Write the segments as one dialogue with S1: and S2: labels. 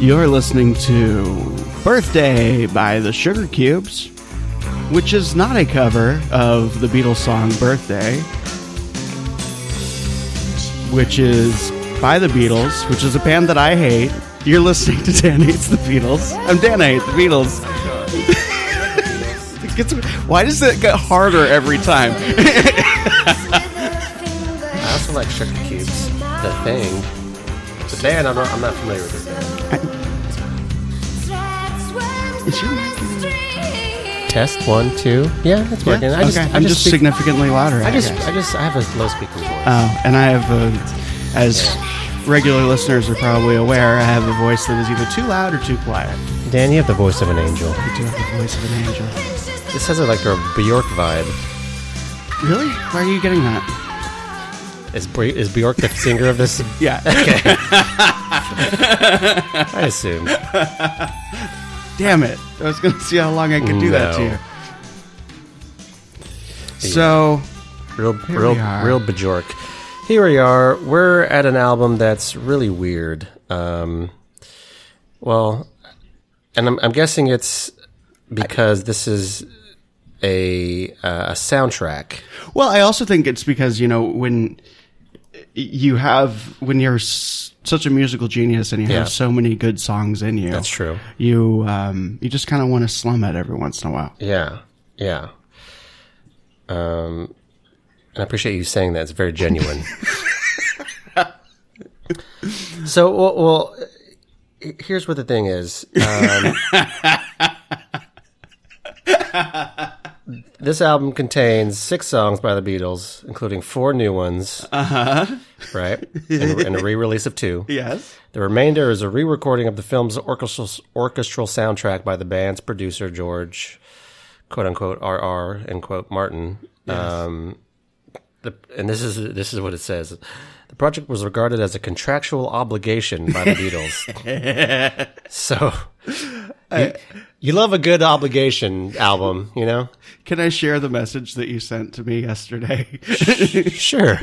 S1: You're listening to Birthday by the Sugar Cubes, which is not a cover of the Beatles song Birthday, which is by the Beatles, which is a band that I hate. You're listening to Dan Hates the Beatles. I'm Dan I Hate the Beatles. It gets- why does it get harder every time?
S2: I also like Sugar Cubes, the thing. The band, I'm not, I'm not familiar with it. Test one, two. Yeah, it's working. I just,
S1: okay,
S2: I
S1: I'm
S2: just, Uh,
S1: just
S2: speak-
S1: significantly louder.
S2: I just,
S1: guess.
S2: I just, I have a low speaking voice.
S1: Oh, and I have, a, as regular listeners are probably aware, I have a voice that is either too loud or too quiet.
S2: Dan, you have the voice of an angel.
S1: I do have the voice of an angel.
S2: This has a, like a Bjork vibe.
S1: Really? Why are you getting that?
S2: Is, Bj- is Bjork the singer of this?
S1: Yeah.
S2: Okay. I assume.
S1: Damn it. I was going to see how long I could do that to
S2: No.
S1: you. So,
S2: Real,
S1: Here
S2: real,
S1: we are.
S2: real Bjork. Here we are. We're at an album that's really weird. Um, well, and I'm, I'm guessing it's because this is a uh, a soundtrack.
S1: well, I also think it's because, you know, when you have, when you're s- such a musical genius and you
S2: Yeah.
S1: have so many good songs in you.
S2: That's true.
S1: You, um, you just kind of want to slum it every once in a while.
S2: Yeah, yeah. Um, and I appreciate you saying that. It's very genuine. so, well, well, here's what the thing is. Um, this album contains six songs by the Beatles, including four new ones. Uh huh. Right, and, and a re-release of two.
S1: Yes.
S2: The remainder is a re-recording of the film's orchestral orchestral soundtrack by the band's producer George, quote unquote R.R. end quote Martin. Um, the, and this is this is what it says. The project was regarded as a contractual obligation by the Beatles. so, you, you love a good obligation album, you know?
S1: Can I share the message that you sent to me yesterday?
S2: Sure.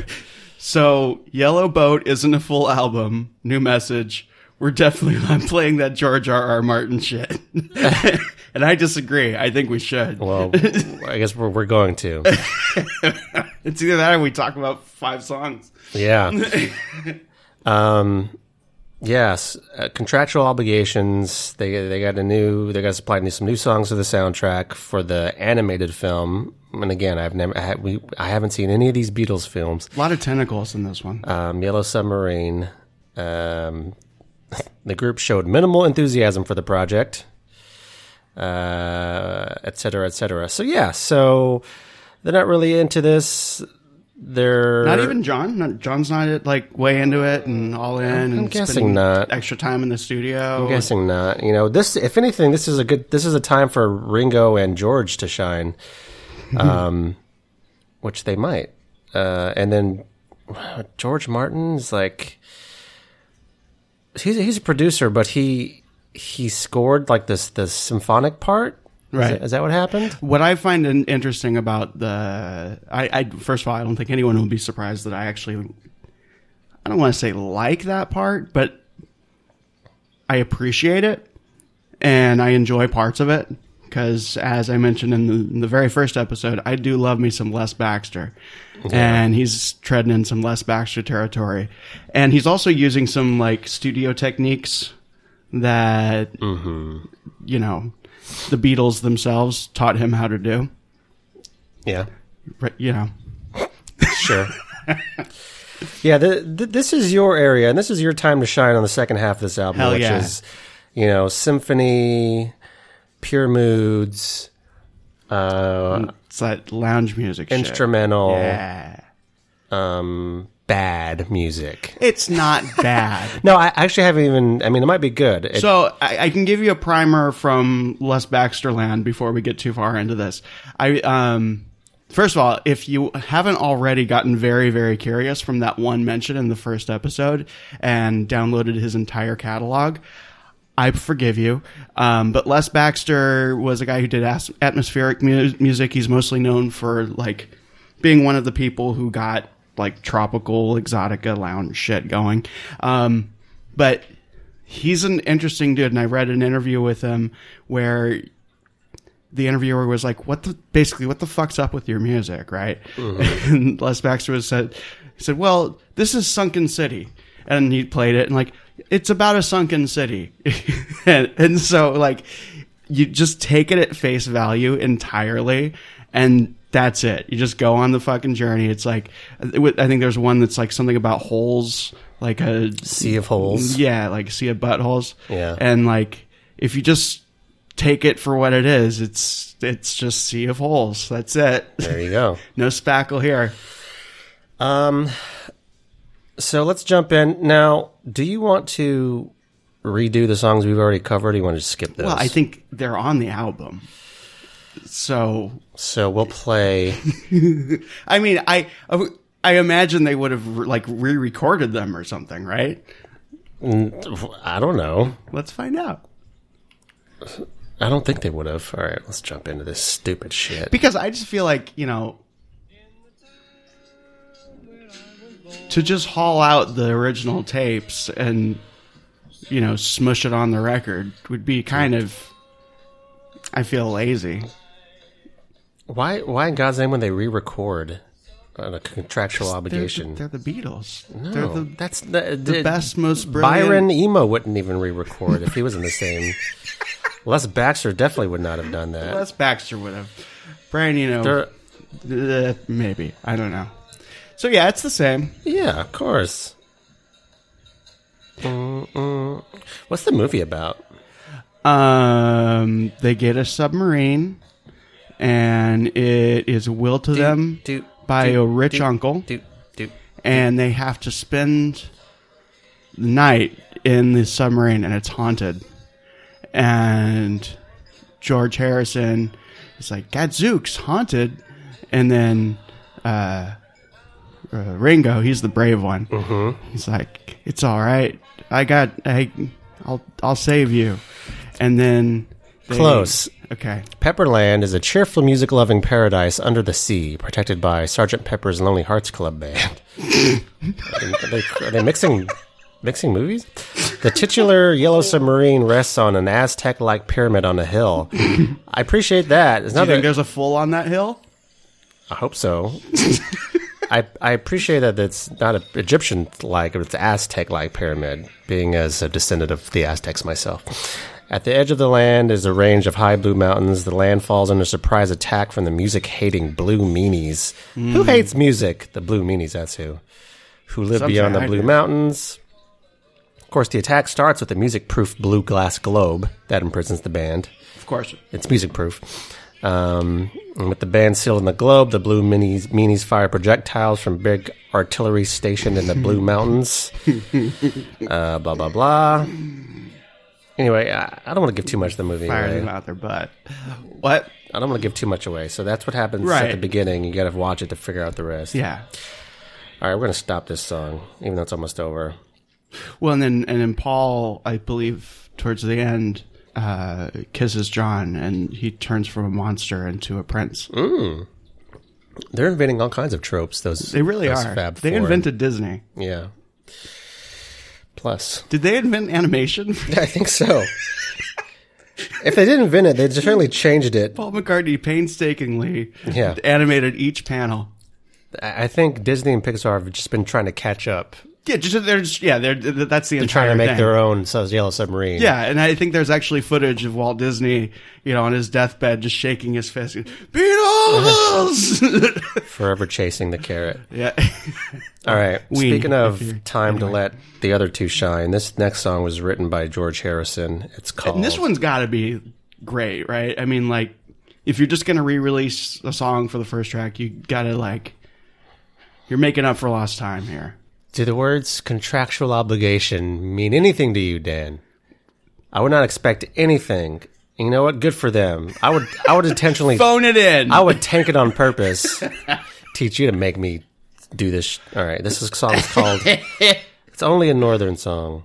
S1: So, Yellow Boat isn't a full album. New message. We're definitely not playing that George R. R. Martin shit. and I disagree. I think we should.
S2: Well, I guess we're we're going to.
S1: It's either that or we talk about five songs.
S2: Yeah. um, yes, uh, contractual obligations. They they got a new. They got supplied new, some new songs to the soundtrack for the animated film. And again, I've never. I, ha- we, I haven't seen any of these Beatles films.
S1: A lot of tentacles in this one.
S2: Um, Yellow Submarine. Um, the group showed minimal enthusiasm for the project, uh, et cetera, et cetera. So yeah, so they're not really into this. They're
S1: not even John. Not, John's not like way into it and all in. I'm and
S2: guessing
S1: spending
S2: not.
S1: Extra time in the studio.
S2: I'm guessing not. You know, this if anything, this is a good this is a time for Ringo and George to shine. Um which they might. Uh and then wow, George Martin is like he's he's a producer, but he he scored like this the symphonic part. Is
S1: Right.
S2: that- is that what happened?
S1: What I find in- interesting about the, I, I first of all, I don't think anyone will be surprised that I actually, I don't want to say like that part, but I appreciate it and I enjoy parts of it because, as I mentioned in the, in the very first episode, I do love me some Les Baxter, and he's treading in some Les Baxter territory, and he's also using some like studio techniques that you know the Beatles themselves taught him how to do.
S2: Yeah.
S1: Right, you know,
S2: Sure. yeah, th- th- this is your area, and this is your time to shine on the second half of this album,
S1: Hell
S2: which
S1: yeah.
S2: is, you know, symphony, pure moods, uh,
S1: it's that lounge music. shit.
S2: instrumental,
S1: Yeah.
S2: um, bad music.
S1: It's not bad.
S2: No, I actually haven't even. I mean, it might be good. It-
S1: so I, I can give you a primer from Les Baxterland before we get too far into this. I um. First of all, if you haven't already gotten very, very curious from that one mention in the first episode and downloaded his entire catalog, I forgive you. Um, but Les Baxter was a guy who did as- atmospheric mu- music. He's mostly known for like being one of the people who got like tropical exotica lounge shit going. Um, but he's an interesting dude, and I read an interview with him where the interviewer was like, "What the basically what the fuck's up with your music, right?" And Les Baxter was said he said, "Well, this is Sunken City," and he played it and like it's about a sunken city, and, and so like you just take it at face value entirely, and that's it. You just go on the fucking journey. It's like I think there's one that's like something about holes, like a
S2: Sea of Holes.
S1: Mm, yeah, like see a buttholes.
S2: Yeah.
S1: And like if you just take it for what it is, it's it's just sea of holes. That's it.
S2: There you go.
S1: no spackle here.
S2: So let's jump in now. Do you want to redo the songs we've already covered? Or you want to just skip this?
S1: Well, I think they're on the album. So
S2: so. We'll play.
S1: I mean, I I imagine they would have like re-recorded them or something, right?
S2: I don't know.
S1: Let's find out.
S2: I don't think they would have. All right, let's jump into this stupid shit.
S1: Because I just feel like you know. To just haul out the original tapes and, you know, smush it on the record would be kind of. I feel lazy.
S2: Why? Why in God's name would they re-record on a contractual obligation?
S1: They're, the, they're the Beatles. They're
S2: no,
S1: the,
S2: that's the,
S1: the best, most brilliant.
S2: Byron Emo wouldn't even re-record if he was in the same. Les Baxter definitely would not have done that.
S1: Les Baxter would have. Brian, you know,
S2: They're-
S1: Uh, maybe I don't know. So yeah, it's the same.
S2: yeah, of course. Mm-mm. What's the movie about?
S1: Um, they get a submarine, and it is willed to them
S2: do-
S1: by
S2: do-
S1: a rich
S2: do-
S1: uncle,
S2: Do do.
S1: and they have to spend the night in the submarine, and it's haunted. And George Harrison is like, "Gadzooks, haunted," and then uh, uh, Ringo, he's the brave one. He's like, "It's all right. I got. I, I'll. I'll save you." And then they-
S2: Close.
S1: Okay.
S2: Pepperland is a cheerful music loving paradise under the sea, protected by Sergeant Pepper's Lonely Hearts Club Band. are, they, are they mixing mixing movies? The titular yellow submarine rests on an Aztec like pyramid on a hill. I appreciate that. It's
S1: Do
S2: not
S1: you think
S2: that
S1: there's a full on that hill?
S2: I hope so. I, I appreciate that it's not a Egyptian like, it's Aztec like pyramid, being as a descendant of the Aztecs myself. At the edge of the land is a range of high blue mountains. The land falls under surprise attack from the music hating blue meanies.
S1: Hmm.
S2: Who hates music? The blue meanies, that's who. Who live
S1: Some
S2: beyond
S1: say
S2: the
S1: I
S2: blue
S1: do.
S2: mountains. Of course, the attack starts with a music proof blue glass globe that imprisons the band
S1: Of course.
S2: it's music proof. Um, and with the band sealed in the globe, the blue minis, meanies fire projectiles from big artillery stationed in the blue mountains. Uh, blah blah blah. Anyway, I, I don't want to give too much of the movie.
S1: Fire
S2: away.
S1: them out their butt. What?
S2: I don't want to give too much away. So that's what happens at
S1: Right.
S2: the beginning. You got to watch it to figure out the rest.
S1: Yeah.
S2: All right, we're gonna stop this song, even though it's almost over.
S1: Well, and then and then Paul, I believe, towards the end, uh, kisses John, and he turns from a monster into a prince.
S2: They're inventing all kinds of tropes. Those
S1: They really
S2: those
S1: are.
S2: Fab
S1: They
S2: Four.
S1: invented Disney.
S2: Yeah. Plus.
S1: Did they invent animation?
S2: I think so. if they didn't invent it, they certainly changed it.
S1: Paul McCartney painstakingly
S2: Yeah.
S1: animated each panel.
S2: I I think Disney and Pixar have just been trying to catch up,
S1: Yeah, just they're just, yeah, they're th- that's the entire
S2: trying to make
S1: thing.
S2: their own so- Yellow Submarine.
S1: yeah, and I think there's actually footage of Walt Disney, you know, on his deathbed, just shaking his fist, Beatles.
S2: Forever chasing the carrot.
S1: yeah.
S2: All right.
S1: We,
S2: Speaking of
S1: if you're-
S2: time to let the other two shine, this next song was written by George Harrison. It's called.
S1: And this one's got to be great, right? I mean, like, if you're just going to re release a song for the first track, you got to, like, you're making up for lost time here.
S2: Do the words contractual obligation mean anything to you, Dan? I would not expect anything. You know what? Good for them. I would. I would intentionally
S1: Phone it in.
S2: I would tank it on purpose. Teach you to make me do this. Sh- All right, this is song is called. it's only a northern song.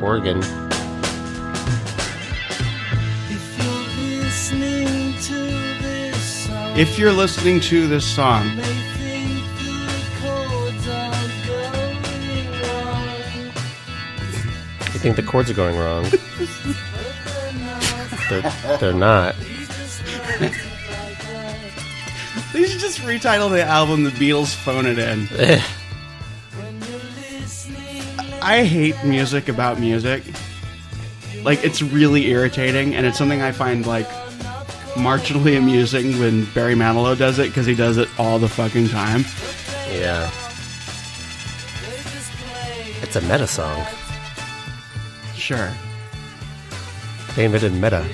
S2: Oregon.
S3: If you're listening to this, I
S1: if you're listening to this song,
S3: may think
S2: you think the chords are going wrong. they're, they're not.
S1: They should just retitle the album "The Beatles Phone It In." I hate music about music. Like it's really irritating, and it's something I find like marginally amusing when Barry Manilow does it because he does it all the fucking time.
S2: Yeah. It's a meta song.
S1: Sure.
S2: They invented meta.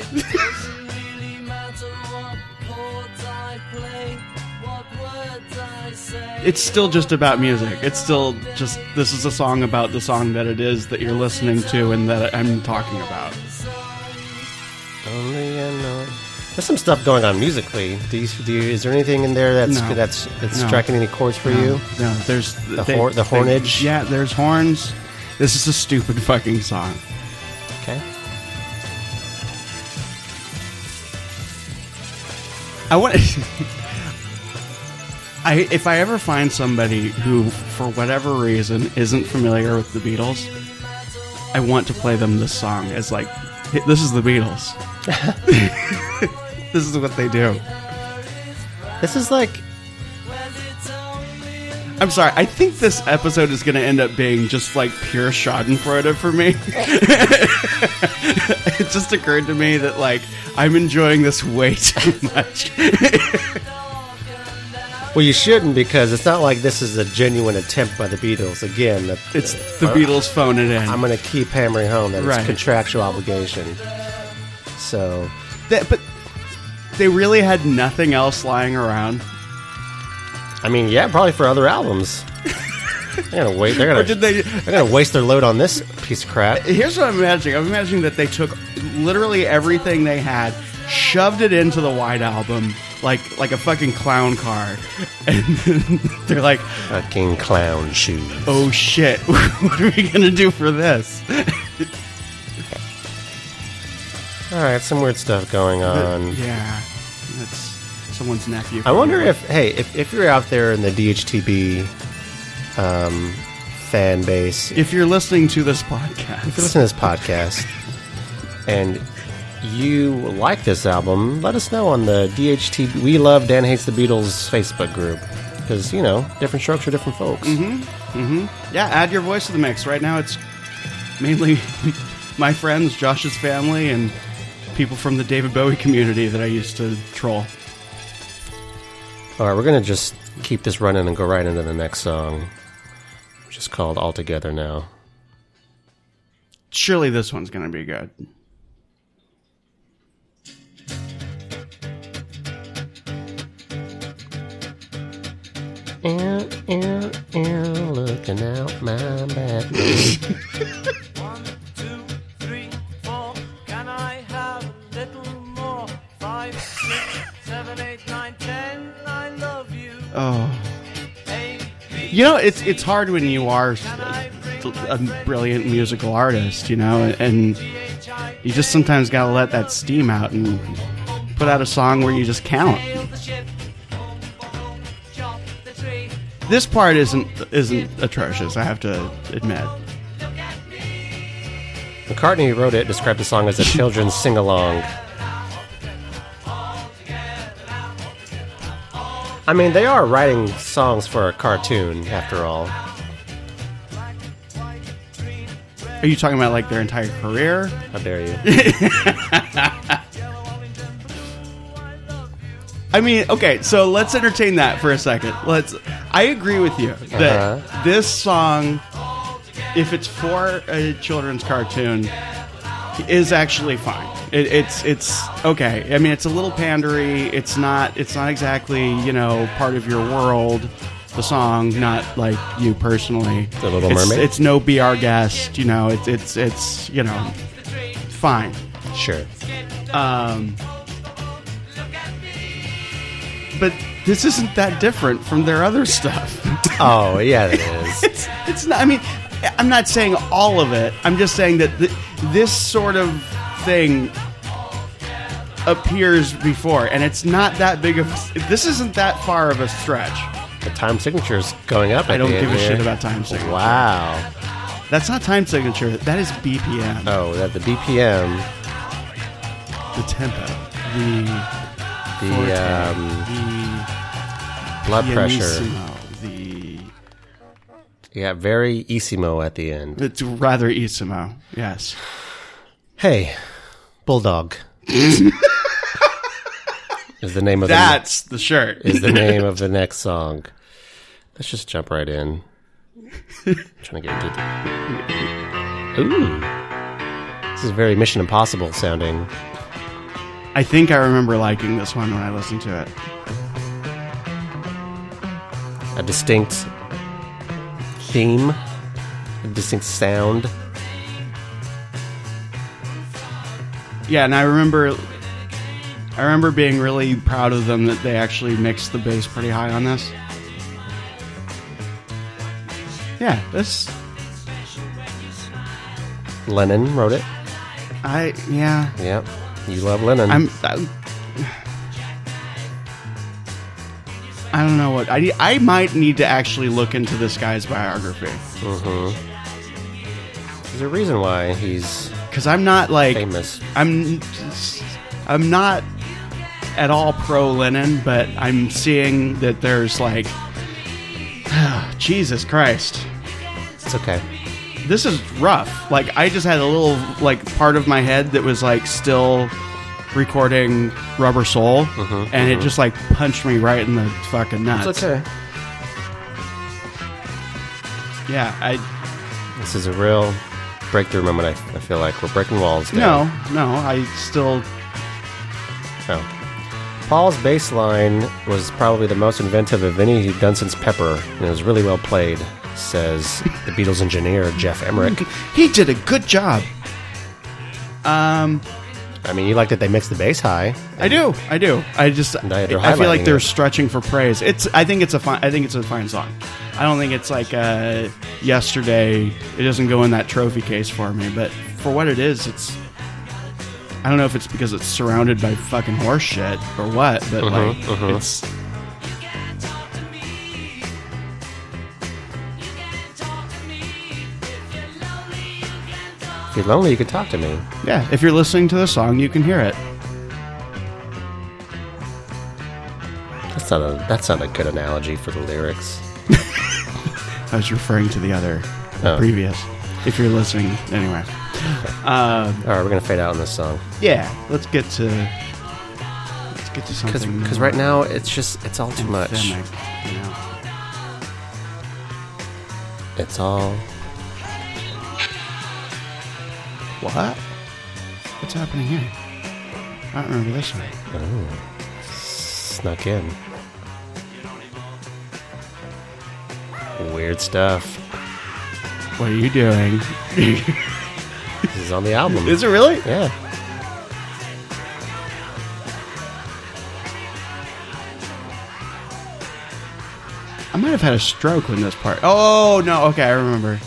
S1: It's still just about music. It's still just this is a song about the song that it is that you're listening to and that I'm talking about.
S2: Only I know. There's some stuff going on musically. Do you, do you, is there anything in there that's
S1: No.
S2: that's that's
S1: No.
S2: striking any chords for you?
S1: No, there's the,
S2: hor- the hornage?
S1: yeah, there's horns. This is a stupid fucking song.
S2: Okay.
S1: I want. I if I ever find somebody who, for whatever reason, isn't familiar with the Beatles, I want to play them this song as like, "Hey, this is the Beatles. this is what they do.
S2: This is like
S1: I'm sorry. I think this episode is going to end up being just like pure Schadenfreude for me. it just occurred to me that like I'm enjoying this way too much.
S2: well, you shouldn't because it's not like this is a genuine attempt by the Beatles. Again, that
S1: It's the Beatles phone it in.
S2: I'm going to keep hammering home that
S1: Right.
S2: it's contractual obligation. So
S1: That- but they really had nothing else lying around.
S2: I mean, yeah, probably for other albums. they're gonna wait. They're gonna,
S1: Or did they?
S2: they're gonna waste their load on this piece of crap.
S1: Here's what I'm imagining. I'm imagining that they took literally everything they had, shoved it into the White Album like like a fucking clown car, and then they're like,
S2: Fucking clown shoes.
S1: "Oh shit, what are we gonna do for this?"
S2: All right, some weird stuff going on.
S1: yeah, that's someone's nephew.
S2: Um, I wonder if hey, if, if you're out there in the DHTB um, fan base, if
S1: if you're listening to this
S2: you
S1: podcast,
S2: listen to this podcast and you like this album, let us know on the DHTB. We love Dan hates the Beatles Facebook group because you know different strokes for different folks.
S1: yeah, add your voice to the mix. Right now, it's mainly my friends, Josh's family, and people from the David Bowie community that I used to troll.
S2: All right, we're gonna just keep this running and go right into the next song, which is called "All Together Now."
S1: Surely this one's gonna be good.
S2: Ew, ew, ew, looking out my back.
S4: One, two, three, four. Can I have a little more? Five, six, seven, eight, nine, ten. I love you.
S1: Oh,
S4: A, B.
S1: you know, it's it's hard when you are
S4: Can I
S1: a,
S4: bring my
S1: a
S4: friend
S1: brilliant musical artist, you know, and
S4: G.H.I.K.?
S1: you just sometimes gotta let that steam out and put out a song where you just count.
S4: Sail the ship. Boom, boom, boom. Chop the tree.
S1: This part isn't isn't atrocious. I have to admit.
S4: Look at me.
S2: McCartney who wrote it, described the song as a children's sing along. I mean, they are writing songs for a cartoon, after all.
S1: Are you talking about like their entire career?
S2: How dare you?
S1: I mean, okay, so let's entertain that for a second. Let's. I agree with you that
S2: Uh-huh.
S1: this song, if it's for a children's cartoon, is actually fine. It, it's it's okay. I mean, it's a little pandery. It's not it's not exactly you know part of your world. The song, not like you personally.
S2: The Little
S1: It's-
S2: Mermaid?
S1: It's no be our guest. You know, it's it's it's you know, fine.
S2: Sure.
S1: Um, but this isn't that different from their other stuff.
S2: Oh, yeah, it is.
S1: it's it's not. I mean, I'm not saying all of it. I'm just saying that th- this sort of thing appears before, and it's not that big of. This isn't that far of a stretch.
S2: The time signature's going up.
S1: I
S2: at
S1: don't
S2: the end
S1: give a
S2: here.
S1: shit about time signature.
S2: Wow.
S1: That's not time signature. That is BPM.
S2: Oh, that the BPM,
S1: The tempo. The forte,
S2: the um,
S1: the
S2: blood
S1: E
S2: pressure.
S1: pianissimo, The
S2: Yeah, very Isimo at the end.
S1: it's rather E isimo. Yes.
S2: Hey, Bulldog. is the name of
S1: That's the shirt.
S2: the is the name of the next song. Let's just jump right in. trying to get a good. Ooh. This is very Mission Impossible sounding.
S1: I think I remember liking this one when I listened to it.
S2: A distinct theme, a distinct sound.
S1: Yeah, and I remember I remember being really proud of them that they actually mixed the bass pretty high on this. Yeah, this
S2: Lennon wrote it.
S1: I yeah.
S2: Yeah, you love Lennon.
S1: I'm I, I don't know what I I might need to actually look into this guy's biography
S2: Mm-hmm. There's a reason why he's
S1: cuz I'm not like
S2: famous.
S1: I'm I'm not at all pro Lennon, but I'm seeing that there's like Jesus Christ.
S2: It's okay.
S1: This is rough. Like I just had a little like part of my head that was like still recording Rubber Soul and it just like punched me right in the fucking nuts. Yeah, I
S2: This is a real breakthrough moment. I, I feel like we're breaking walls.
S1: no,
S2: Down.
S1: no, I still
S2: Oh. Paul's bass line was probably the most inventive of any he'd done since Pepper, and it was really well played, says the Beatles engineer Jeff Emmerich.
S1: he did a good job. Um
S2: I mean, you like that they mixed the bass high.
S1: I do. I do. I just I,
S2: They- they're
S1: feel like
S2: highlighting
S1: they're
S2: it.
S1: stretching for praise. It's I think it's a fine I think it's a fine song. I don't think it's like uh yesterday it doesn't go in that trophy case for me, but for what it is, it's I don't know if it's because it's surrounded by fucking horse shit or what, but
S2: Mm-hmm,
S1: like it's
S2: If you're lonely, you can talk to me.
S1: yeah, if you're listening to the song, you can hear it.
S2: That's not a that's not a good analogy for the lyrics.
S1: I was referring to the other
S2: Oh.
S1: previous. If you're listening anyway.
S2: All right, we're gonna fade out on this song
S1: Yeah, let's get to let's get to
S2: because
S1: something
S2: because
S1: more
S2: right now it's just it's all too much.
S1: anthemic, you know?
S2: It's all
S1: What? What's happening here? I don't remember this one.
S2: snuck in. Weird stuff.
S1: What are you doing?
S2: This is on the album.
S1: it really?
S2: Yeah.
S1: I might have had a stroke when this part. Oh no! Okay, I remember.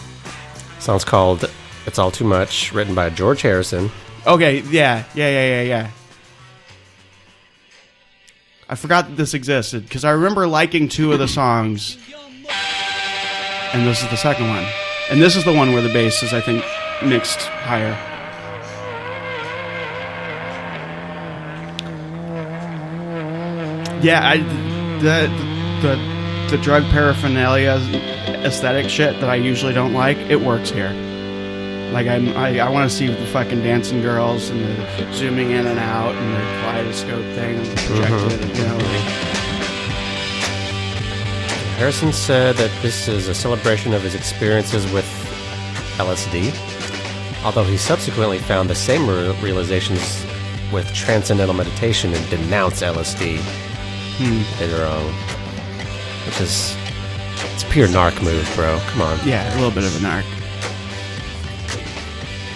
S2: Song's called It's All Too Much, written by George Harrison.
S1: Okay, yeah, yeah, yeah, yeah, yeah. I forgot that this existed because I remember liking two of the songs, and this is the second one, and this is the one where the bass is, I think, mixed higher. Yeah, I the the the drug paraphernalia aesthetic shit that I usually don't like, it works here. Like I'm, I, I want to see the fucking dancing girls and the zooming in and out and the kaleidoscope thing and the projected, you know. Like,
S2: Harrison said that this is a celebration of his experiences with LSD, although he subsequently found the same re- realizations with transcendental meditation and denounced LSD
S1: Hmm.
S2: later on. Which is. It's a pure narc move, bro. Come on.
S1: yeah, a little bit of an arc.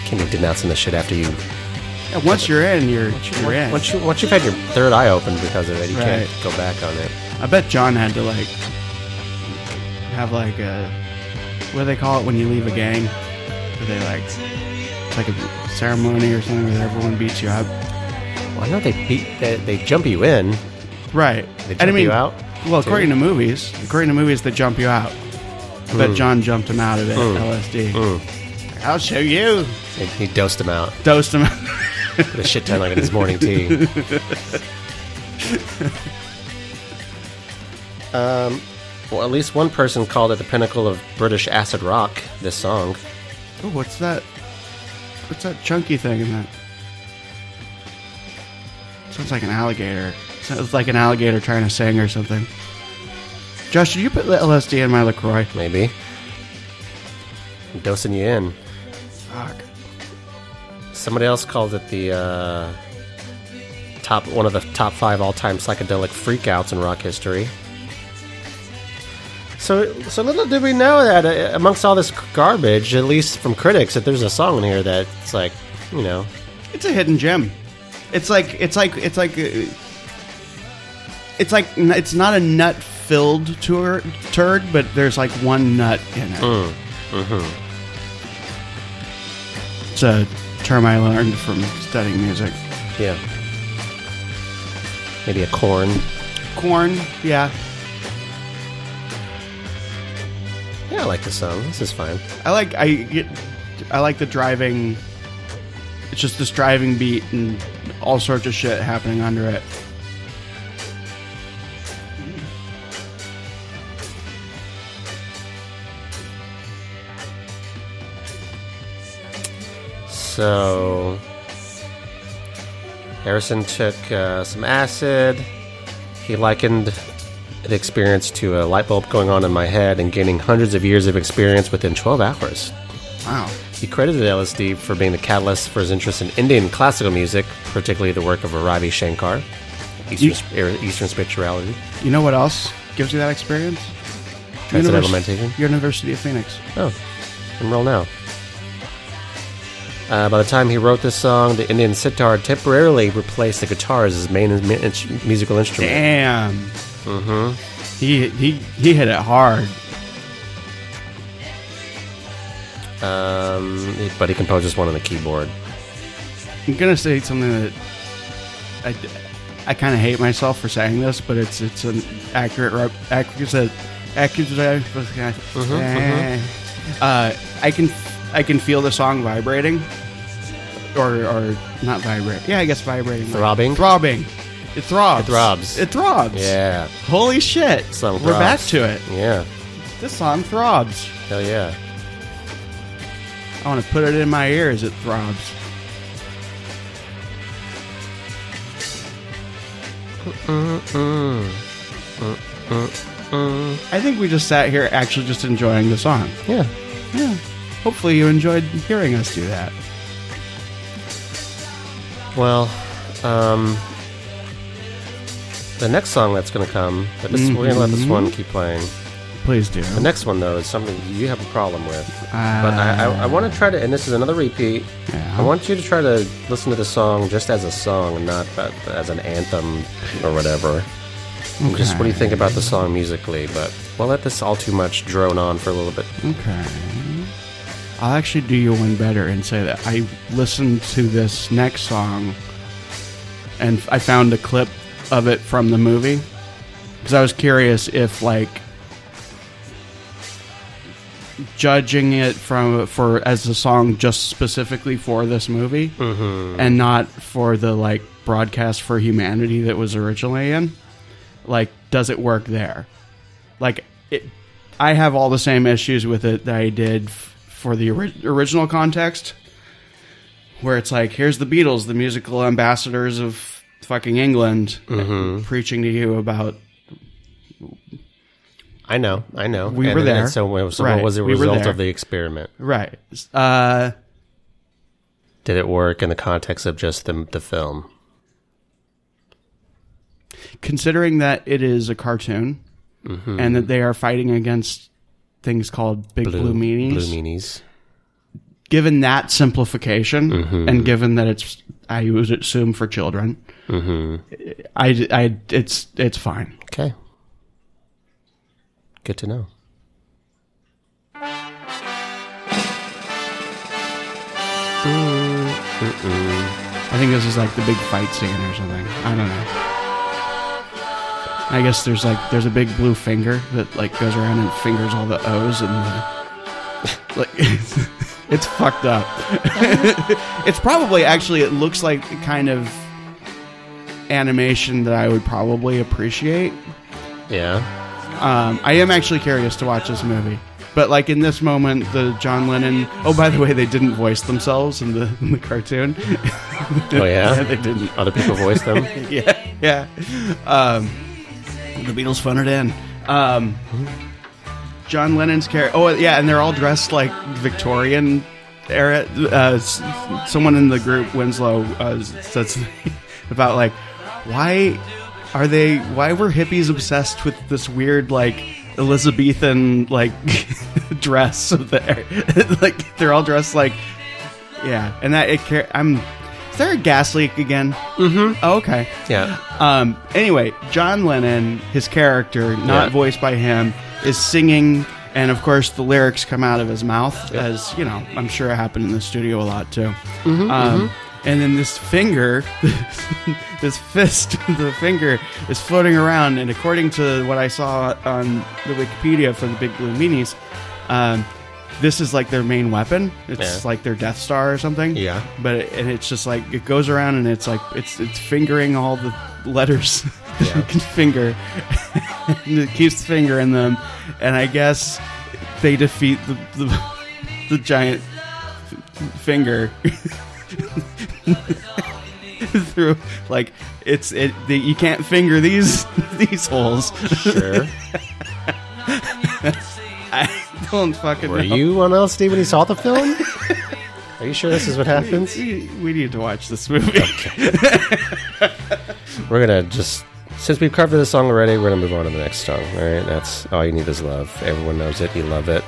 S2: Can't be denouncing this shit after you
S1: Yeah, once you're in, you're you're in.
S2: Once, you, once you've had your third eye open because of it, you
S1: Right.
S2: can't go back on it.
S1: I bet John had to like have like a what do they call it when you leave a gang? Where they like it's like a ceremony or something where everyone beats you up.
S2: Well, I know they beat they, they jump you in.
S1: Right.
S2: They
S1: And
S2: jump you out,
S1: Well,
S2: too? Hmm.
S1: according to movies, according to movies, they jump you out. But John jumped him out of it. LSD. I'll show you.
S2: He, he dosed him out.
S1: Dosed him.
S2: Put a shit ton of it in his morning tea. um, Um, well, at least one person called it the pinnacle of British acid rock. This song.
S1: Ooh, what's that? What's that chunky thing in that? Sounds like an alligator. Sounds like an alligator trying to sing or something. Josh, did you put the LSD in my LaCroix?
S2: Maybe. Dosing you in.
S1: Fuck.
S2: Somebody else called it the uh, top one of the top five all-time psychedelic freakouts in rock history. So, so little did we know that uh, amongst all this garbage, at least from critics, that there's a song in here that's like, you know,
S1: It's a hidden gem. It's like it's like it's like uh, it's like n- it's not a nut filled tur- turd, but there's like one nut in it. It's a term I learned from studying music.
S2: yeah, maybe a corn.
S1: Corn, yeah.
S2: Yeah, I like this song. This is fine.
S1: I like I get, I like the driving. It's just this driving beat and all sorts of shit happening under it.
S2: So Harrison took uh, some acid. He likened the experience to a light bulb going on in my head and gaining hundreds of years of experience within 12 hours.
S1: Wow.
S2: He credited LSD for being the catalyst for his interest in Indian classical music, particularly the work of Ravi Shankar, Eastern, er, Eastern spirituality.
S1: You know what else gives you that experience?
S2: Transcendental meditation.
S1: University of Phoenix.
S2: Oh, Enroll now. Uh, by the time he wrote this song, the Indian sitar temporarily replaced the guitar as his main mi- ins- musical instrument.
S1: Damn. Mm-hmm. He he he hit it hard.
S2: Um, but he composed this one on the keyboard.
S1: I'm gonna say something that I, I kind of hate myself for saying this, but it's it's an accurate rep- accurate uh, accurate.
S2: Mm-hmm,
S1: Uh, I can I can feel the song vibrating, or or not vibrate. Yeah, I guess vibrating.
S2: Throbbing?
S1: throbbing. It throbs. It
S2: throbs.
S1: It throbs.
S2: Yeah,
S1: Holy shit!
S2: song
S1: We're back
S2: throbs.
S1: to it.
S2: yeah,
S1: This song throbs.
S2: hell yeah.
S1: I want to put it in my ears. It throbs. I think we just sat here actually just enjoying the song.
S2: Yeah.
S1: Yeah. Hopefully you enjoyed hearing us do that.
S2: Well, um, the next song that's going to come, but this, we're going to let this one keep playing.
S1: Please do.
S2: The next one, though, is something you have a problem with.
S1: Uh,
S2: but I, I, I want to try to, and this is another repeat.
S1: Yeah.
S2: I want you to try to listen to the song just as a song and not uh, as an anthem or whatever. And Just what do you think about the song musically? But we'll let this all too much drone on for a little bit.
S1: Okay. I'll actually do you one better and say that I listened to this next song and I found a clip of it from the movie because I was curious if like judging it from for as a song just specifically for this movie and not for the like broadcast for humanity that was originally in like does it work there like it i have all the same issues with it that i did f- for the ori- original context where it's like here's the beatles the musical ambassadors of fucking england uh, preaching to you about
S2: I know, I know.
S1: We
S2: And-
S1: were
S2: and
S1: there.
S2: so, so
S1: Right,
S2: what was the
S1: we were
S2: result
S1: there.
S2: of the experiment?
S1: right uh
S2: Did it work in the context of just the, the film?
S1: considering that it is a cartoon and that they are fighting against things called big Mm-hmm. blue, meanies
S2: Blue Meanies.
S1: given that simplification and given that it's i would assume for children Mm-hmm. I, I it's it's fine
S2: Okay. Good to know.
S1: i think this is like the big fight scene or something i don't know i guess there's like there's a big blue finger that like goes around and fingers all the o's and the like It's fucked up. it's probably actually it looks like the kind of animation that I would probably appreciate.
S2: Yeah.
S1: Um, I am actually curious to watch this movie. But like in this moment, the John Lennon. Oh, by the way, they didn't voice themselves in the in the cartoon.
S2: Oh yeah.
S1: they didn't.
S2: Other people voice them.
S1: yeah, yeah. Um, the Beatles phoned it in. Um, John Lennon's character. Oh, yeah, and they're all dressed like Victorian era. Uh, s- someone in the group, Winslow, uh, says about like, why are they? Why were hippies obsessed with this weird like? Elizabethan like dress of there, like they're all dressed like, yeah. And that it. Car- I'm. Is there a gas leak again? Mm-hmm. Oh, okay.
S2: Yeah.
S1: Um, anyway, John Lennon, his character, not
S2: Yeah.
S1: voiced by him, is singing, and of course the lyrics come out of his mouth, as you know, I'm sure it happened in the studio a lot too.
S2: Mm-hmm,
S1: um, And then this finger, this fist, the finger is floating around, and according to what I saw on the Wikipedia for the Big Blue Meanies, um, this is like their main weapon. It's
S2: Yeah.
S1: like their Death Star or something
S2: Yeah.
S1: but it, and it's just like it goes around and it's like it's it's fingering all the letters that you can finger and it keeps fingering them and i guess they defeat the the, the giant f- finger through like it's it the, you can't finger these these holes
S2: Sure.
S1: i don't fucking
S2: Were
S1: know
S2: you on LSD when you saw the film? Are you sure this is what happens?
S1: We- we need to watch this movie
S2: We're gonna just since we've covered this song already, we're gonna move on to the next song. All right, that's all you need is love. Everyone knows it. You love it.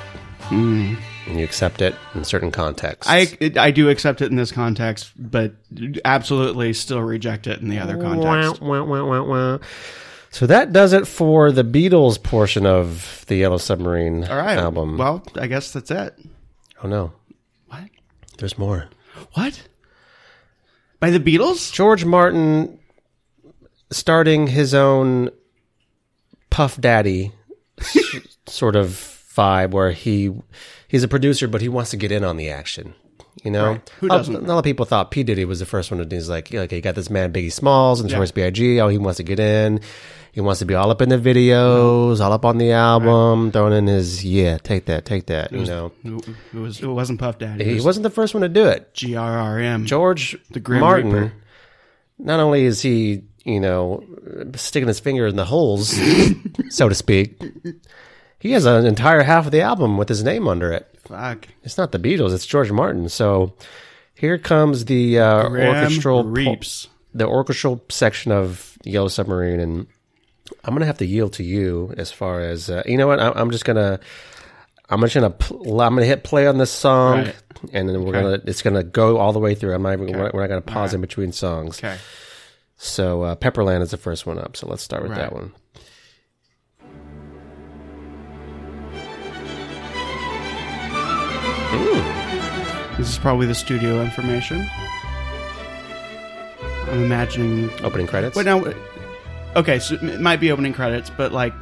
S2: And you accept it in certain contexts.
S1: I it, I do accept it in this context, but absolutely still reject it in the other context.
S2: Wah, wah, wah, wah, wah. So that does it for the Beatles portion of the Yellow Submarine
S1: All right.
S2: album.
S1: Well, I guess that's it.
S2: oh no,
S1: What?
S2: there's more.
S1: What? By the Beatles?
S2: George Martin starting his own Puff Daddy s- sort of vibe where he he's a producer but he wants to get in on the action. You know,
S1: Who
S2: A-
S1: doesn't?
S2: A, lot of people thought P Diddy was the first one to do. He's like, yeah, okay, you got this man Biggie Smalls and Notorious B.I.G. Oh, he wants to get in. He wants to be all up in the
S1: Mm-hmm.
S2: videos, all up on the album, throwing in his yeah, take that, take that. You know,
S1: It, it was. It wasn't Puff Daddy. It
S2: he
S1: was
S2: wasn't the first one to do it.
S1: GRRM.
S2: George
S1: The Grim
S2: Martin.
S1: Reaper.
S2: Not only is he, you know, sticking his finger in the holes, so to speak, he has an entire half of the album with his name under it.
S1: Fuck.
S2: It's not the Beatles; it's George Martin. So here comes the uh,
S1: Graham
S2: orchestral po-
S1: Reeps.
S2: the orchestral section of Yellow Submarine, and I'm gonna have to yield to you as far as uh, you know. What I, I'm just gonna. I'm just gonna pl- I'm gonna hit play on this song,
S1: Right.
S2: and then we're gonna it's gonna go all the way through. I'm not even, we're, we're not gonna pause
S1: right.
S2: in between songs.
S1: Okay.
S2: So uh, Pepperland is the first one up. So let's start with
S1: Right.
S2: that one.
S1: This is probably the studio information. I'm imagining.
S2: Opening credits.
S1: Wait now. Okay, so it might be opening credits, but like,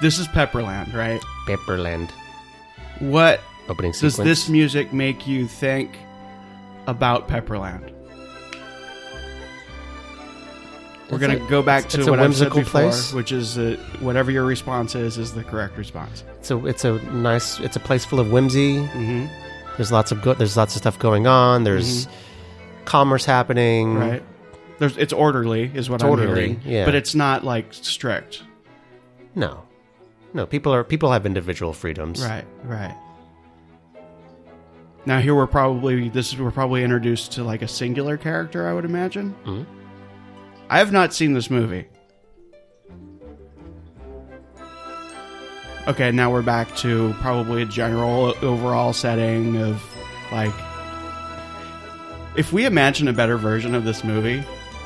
S1: this is Pepperland, right?
S2: Pepperland
S1: What
S2: opening
S1: Does
S2: sequence.
S1: this music make you think about Pepperland? We're
S2: It's
S1: going
S2: a-
S1: to go back
S2: it's-
S1: to
S2: it's a
S1: what I've said
S2: whimsical
S1: before,
S2: place.
S1: which is that whatever your response is, is the correct response.
S2: it's a it's a nice it's a place full of whimsy. Mm-hmm. There's lots of go- there's lots of stuff going on. There's commerce happening.
S1: Mm-hmm. Right? There's, it's orderly, is what I'm
S2: Mm-hmm. orderly,
S1: hearing.
S2: yeah.
S1: But it's not like strict.
S2: No, no. People are people have individual freedoms.
S1: Right, right. Now here we're probably this is we're probably introduced to like a singular character, I would imagine. I have not seen this movie. Okay, now we're back to probably a general overall setting of like if we imagine a better version of this movie,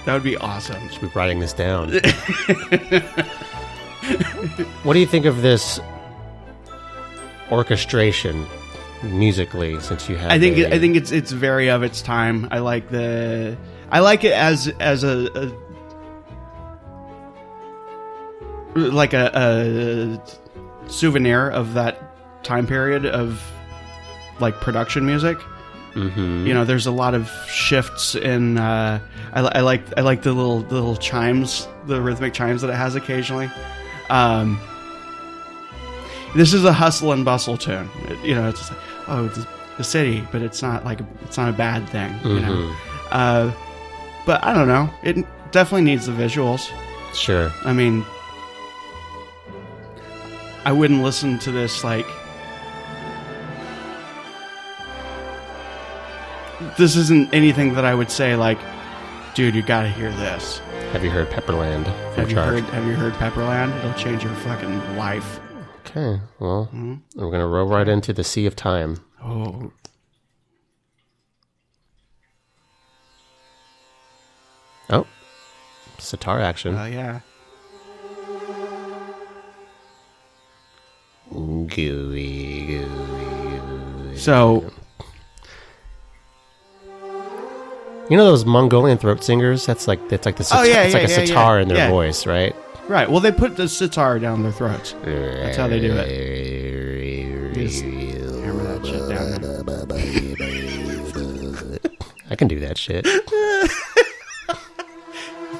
S1: that would be awesome.
S2: Should be writing this down. what do you think of this orchestration musically? Since you have,
S1: I think
S2: a-
S1: I think it's it's very of its time. I like the I like it as as a, a like a, a souvenir of that time period of like production music. You know, there's a lot of shifts in. Uh, I, li- I like I like the little the little chimes, the rhythmic chimes that it has occasionally. Um, this is a hustle and bustle tune. It- you know, it's just like, oh, it's the city, but it's not like it's not a bad thing. You know, uh, but I don't know. It definitely needs the visuals.
S2: Sure.
S1: I mean, I wouldn't listen to this like. This isn't anything that I would say like, dude, you gotta hear this.
S2: Have you heard Pepperland from
S1: Have you
S2: Charge?
S1: heard? Have you heard Pepperland? It'll change your fucking life.
S2: Okay. Well,
S1: Mm-hmm.
S2: we're gonna roll right into the Sea of Time.
S1: Oh,
S2: Oh, sitar action.
S1: uh, yeah.
S2: Gooey, gooey.
S1: So
S2: You know those Mongolian throat singers? That's like that's like the sitar,
S1: Oh, yeah,
S2: it's like
S1: yeah, yeah,
S2: a sitar
S1: yeah.
S2: in their
S1: Yeah.
S2: voice, right?
S1: right, well, they put the sitar down their throats. That's how they do it. You just hammer that shit down there.
S2: I can do that shit.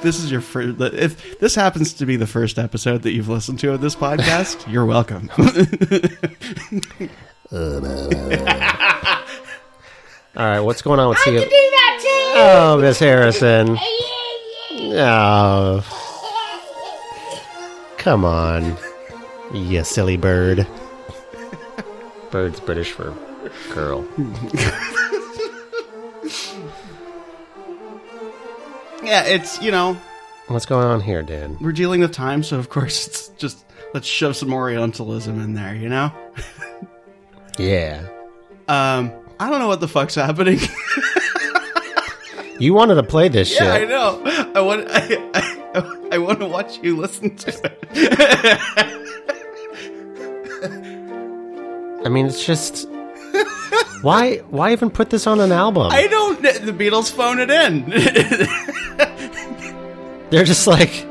S1: this is your first if this happens to be the first episode that you've listened to of this podcast you're welcome
S2: All right, what's going on with Sea of? Oh, Miss Harrison. Oh, come on, you silly bird. Bird's British for girl.
S1: yeah it's you know
S2: What's going on here, Dan?
S1: we're dealing with time so of course it's just let's shove some orientalism in there you know
S2: Yeah,
S1: um i don't know what the fuck's happening
S2: you wanted to play this shit.
S1: yeah i know i want i, I, I want to watch you listen to it
S2: I mean, it's just why why even put this on an album?
S1: i don't the beatles phone it in
S2: They're just like,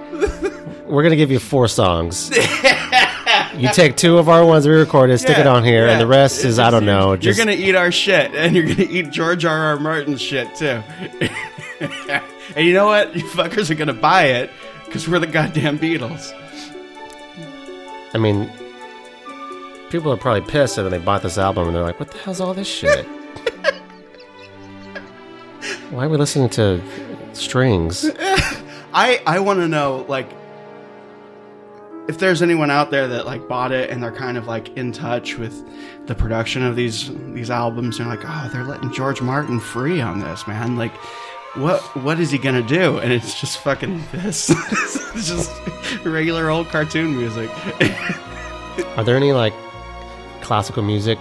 S2: we're gonna give you four songs. you take two of our ones we recorded, stick it on here, and the rest
S1: It
S2: is I
S1: just
S2: don't know.
S1: seems-
S2: Just
S1: you're gonna eat our shit, and you're gonna eat George R. R. Martin's shit too. and you know what? You fuckers are gonna buy it because we're the goddamn Beatles.
S2: I mean, people are probably pissed, and then they bought this album, and they're like, what the hell's all this shit? why are we listening to strings?
S1: I I want to know like if there's anyone out there that like bought it and they're kind of like in touch with the production of these these albums and like oh they're letting George Martin free on this man like what what is he gonna do and it's just fucking this it's just regular old cartoon music
S2: Are there any like classical music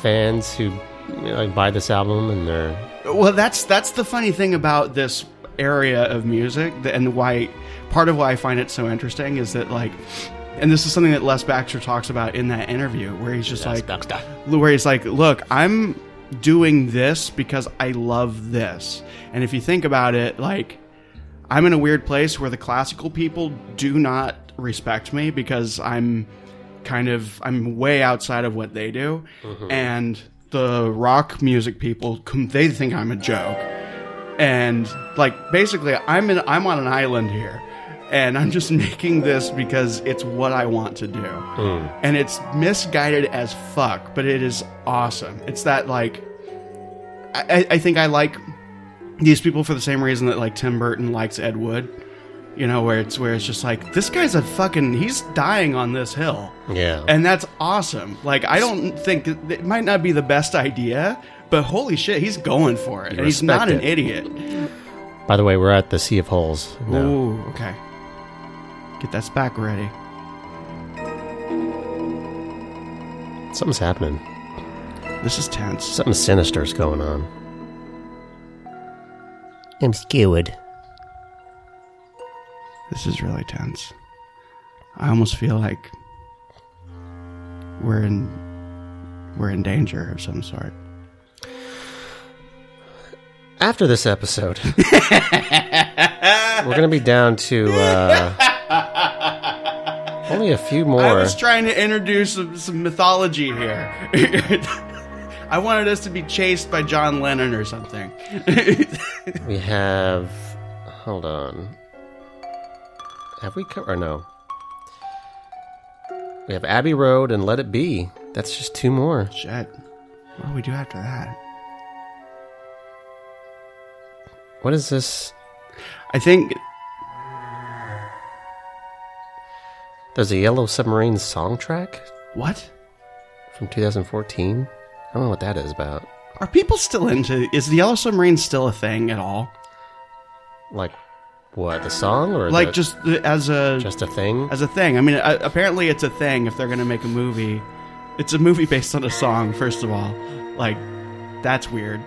S2: fans who you know, like buy this album and they're
S1: Well, that's that's the funny thing about this area of music, th- and why part of why I find it so interesting is that like, and this is something that Les Baxter talks about in that interview, where he's just like, where he's like, look, I'm doing this because I love this, and if you think about it, like, I'm in a weird place where the classical people do not respect me because I'm kind of I'm way outside of what they do, and the rock music people com- they think I'm a joke, and like basically I'm in I'm on an island here, and I'm just making this because it's what I want to do, and it's misguided as fuck, but it is awesome. It's that like I, I- I think I like these people for the same reason that like Tim Burton likes Ed Wood. You know, where it's where it's just like this guy's a fucking he's dying on this hill.
S2: Yeah.
S1: And that's awesome. Like I don't think it might not be the best idea, but holy shit, he's going for it. and he's
S2: respect
S1: not an
S2: it.
S1: idiot.
S2: By the way, we're at the Sea of Holes. No.
S1: Ooh, okay. Get that back ready.
S2: Something's happening.
S1: This is tense.
S2: Something sinister's going on. I'm skewered.
S1: This is really tense. I almost feel like we're in we're in danger of some sort.
S2: After this episode, we're going to be down to uh, only a few
S1: I
S2: more.
S1: was trying to introduce some, some mythology here. I wanted us to be chased by John Lennon or something.
S2: We have. Hold on. Have we co- or no? We have Abbey Road and Let It Be. That's just two more.
S1: Shit. What do we do after that?
S2: What is this?
S1: I think
S2: There's a Yellow Submarine song track
S1: what?
S2: from 2014. I don't know what that is about.
S1: Are people still into is the Yellow Submarine still a thing at all?
S2: Like, what the song or
S1: Like
S2: the-
S1: just the- as a
S2: just a thing?
S1: as a thing. I mean, uh, apparently it's a thing if they're going to make a movie. It's a movie based on a song, first of all. Like that's weird.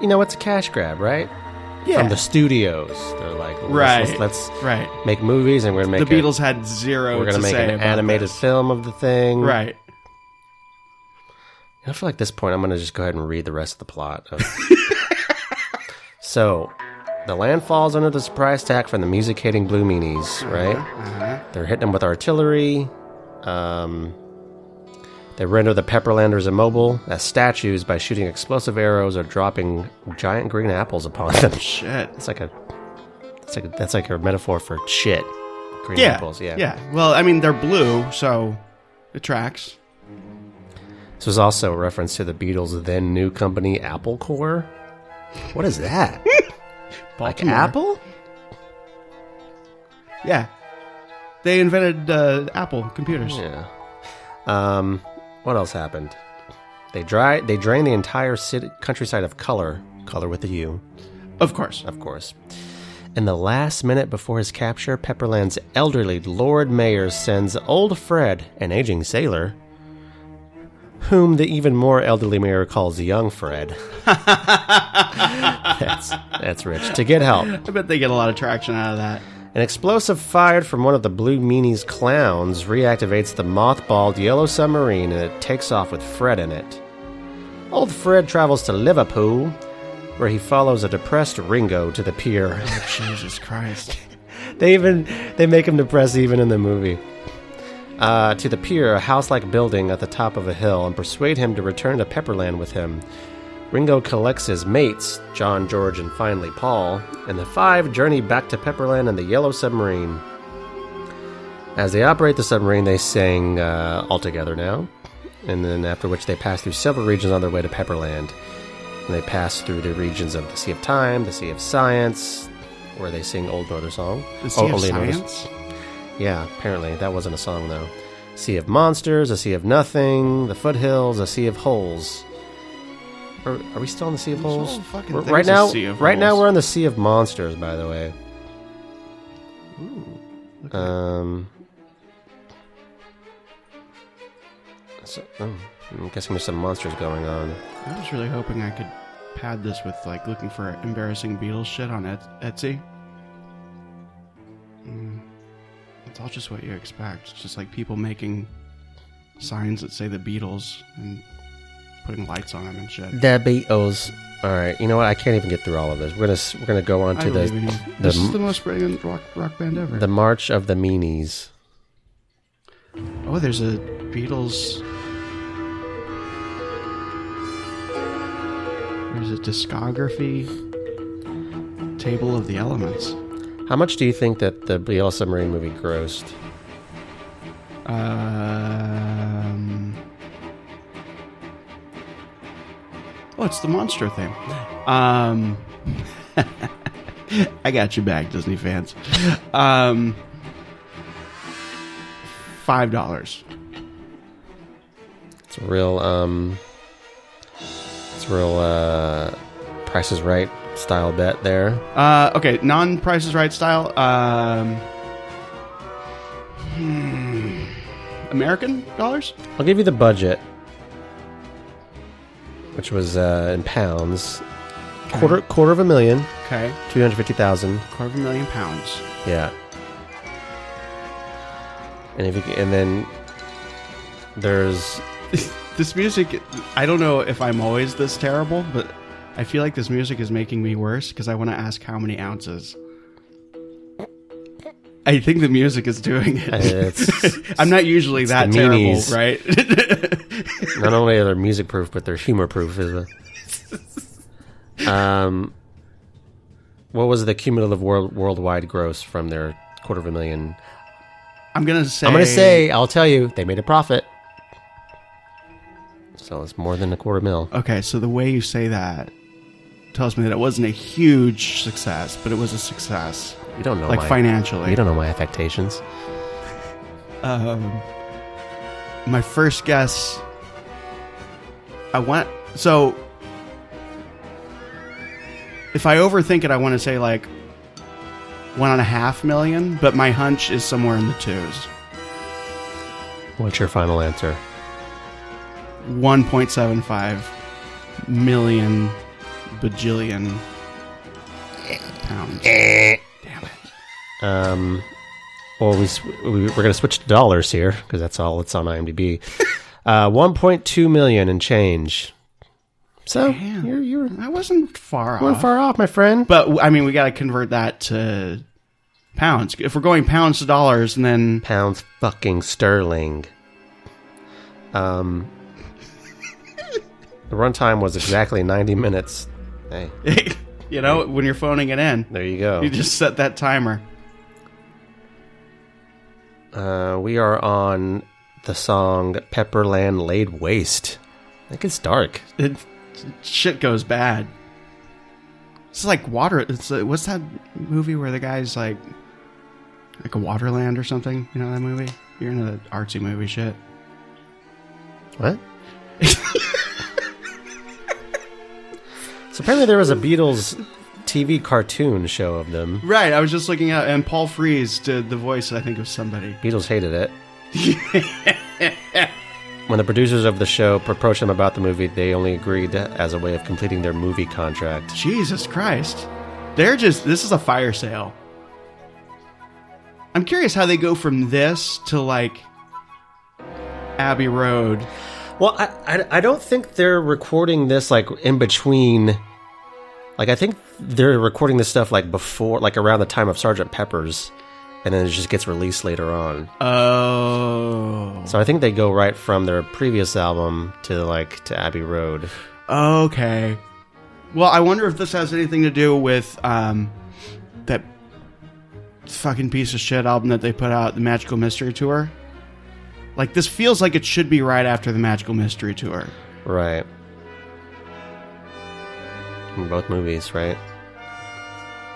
S2: you know, it's a cash grab, right?
S1: Yeah.
S2: From the studios, they're like, let's-
S1: Right.
S2: Let's, let's
S1: right.
S2: make movies, and we're gonna
S1: The
S2: make a-
S1: Beatles had 0
S2: we're gonna
S1: to
S2: make
S1: say
S2: an
S1: about
S2: animated
S1: this.
S2: film of the thing,
S1: Right.
S2: I feel like at this point I'm going to just go ahead and read the rest of the plot. Of... so, the land falls under the surprise attack from the music hating Blue Meanies, right? They're hitting them with artillery. Um, they render the Pepperlanders immobile as statues by shooting explosive arrows or dropping giant green apples upon them.
S1: Shit.
S2: It's like a that's like a, that's like a metaphor for shit. Green
S1: Yeah.
S2: apples, yeah.
S1: Yeah. Well, I mean, they're blue, so it tracks.
S2: This was also a reference to the Beatles' then new company, Apple Corps. What is that? like
S1: Baltimore.
S2: Apple?
S1: Yeah. They invented uh, Apple computers.
S2: Yeah. Um, what else happened? They dry. They drain the entire city, countryside of color, color with a U,
S1: Of course.
S2: of course. In the last minute before his capture, Pepperland's elderly Lord Mayor sends old Fred, an aging sailor, whom the even more elderly mayor calls young Fred. that's that's rich. To get help.
S1: I bet they get a lot of traction out of that.
S2: An explosive fired from one of the Blue Meanie's clowns reactivates the mothballed yellow submarine and it takes off with Fred in it. Old Fred travels to Liverpool, where he follows a depressed Ringo to the pier.
S1: Jesus Christ.
S2: they even they make him depressed even in the movie. Uh, to the pier, a house-like building at the top of a hill, and persuade him to return to Pepperland with him. Ringo collects his mates, John, George, and finally Paul, and the five journey back to Pepperland in the Yellow Submarine. As they operate the submarine, they sing uh, All Together Now, and then after which they pass through several regions on their way to Pepperland. And they pass through the regions of the Sea of Time, the Sea of Science, where they sing Old Northern Song.
S1: The sea
S2: Oh,
S1: of
S2: Only Northern-
S1: science?
S2: yeah, apparently that wasn't a song though. Sea of monsters, a sea of nothing, the foothills, a sea of holes. Are, are we still in the sea of
S1: whole
S2: holes?
S1: fucking
S2: We're-
S1: thing's
S2: right
S1: a
S2: now,
S1: sea of
S2: right now
S1: holes.
S2: we're in the sea of monsters. By the way,
S1: Look at
S2: um, so- oh, I'm guessing there's some monsters going on.
S1: I was really hoping I could pad this with like looking for embarrassing Beatles shit on Et- Etsy. Mm. It's all just what you expect. It's just like people making signs that say the Beatles and putting lights on them and shit.
S2: The Beatles. All right, you know what? I can't even get through all of this. We're gonna s- we're gonna go on
S1: I
S2: to
S1: believe in you.
S2: the
S1: This is
S2: m-
S1: the most brilliant rock, rock band ever.
S2: the march of the meanies.
S1: oh, there's a Beatles. There's a discography table of the elements.
S2: How much do you think that the Yellow Submarine movie grossed?
S1: Um, oh, it's the monster thing. Um, I got you back, Disney fans. Um, Five dollars.
S2: It's a real, um, it's a real, uh, Price is Right style bet there.
S1: Uh, okay, non Price is Right style. Um, hmm, American dollars?
S2: I'll give you the budget, which was, uh, in pounds. Quarter, quarter of a million,
S1: Okay,
S2: 250,000.
S1: quarter of a million pounds.
S2: Yeah. And if you, c- and then there's,
S1: this music i don't know if i'm always this terrible but i feel like this music is making me worse because i want to ask how many ounces I think the music is doing it.
S2: It's,
S1: I'm not usually that
S2: the
S1: terrible,
S2: meanies.
S1: right?
S2: not only are they music proof, but they're humor proof as well. Um, what was the cumulative world, worldwide gross from their quarter of a million?
S1: I'm gonna say.
S2: I'm gonna say, I'll tell you, they made a profit. So it's more than a quarter mil.
S1: Okay, so the way you say that tells me that it wasn't a huge success, but it was a success,
S2: You don't know
S1: like
S2: my,
S1: financially.
S2: You don't know my affectations.
S1: Um, my first guess. I want so. If I overthink it, I want to say like one and a half million, but my hunch is somewhere in the twos.
S2: What's your final answer?
S1: 1.75 million bajillion pounds. Damn it.
S2: Um, well, we, sw- we we're going to switch to dollars here because that's all that's on IMDb. uh, one point two million and change. So
S1: Damn.
S2: you're you're
S1: I wasn't far
S2: weren't
S1: off.
S2: far off, my friend.
S1: But w- I mean, we got to convert that to pounds. If we're going pounds to dollars, and then
S2: Pounds fucking sterling. Um, the runtime was exactly ninety minutes. Hey,
S1: you know, when you're phoning it in,
S2: there you go.
S1: you just set that timer.
S2: Uh, we are on the song "Pepperland Laid Waste." It gets dark.
S1: It, shit goes bad. It's like water. It's uh what's that movie where the guy's like, like a Waterland or something? You know that movie? You're into the artsy movie shit.
S2: What? so apparently there was a Beatles TV cartoon show of them.
S1: Right. I was just looking at, and Paul Frees did the voice. I think of somebody.
S2: Beatles hated it. when the producers of the show approached them about the movie, they only agreed as a way of completing their movie contract.
S1: Jesus Christ. They're just, this is a fire sale. I'm curious how they go from this to like Abbey Road.
S2: Well, I, I, I don't think they're recording this like in between. Like I think they're recording this stuff like before, like around the time of Sergeant Pepper's, and then it just gets released later on.
S1: Oh.
S2: So I think they go right from their previous album to like to Abbey Road.
S1: Oh, Okay. Well, I wonder if this has anything to do with um, that fucking piece of shit album that they put out, the Magical Mystery Tour. Like this feels like it should be right after the Magical Mystery Tour.
S2: Right. In both movies, right?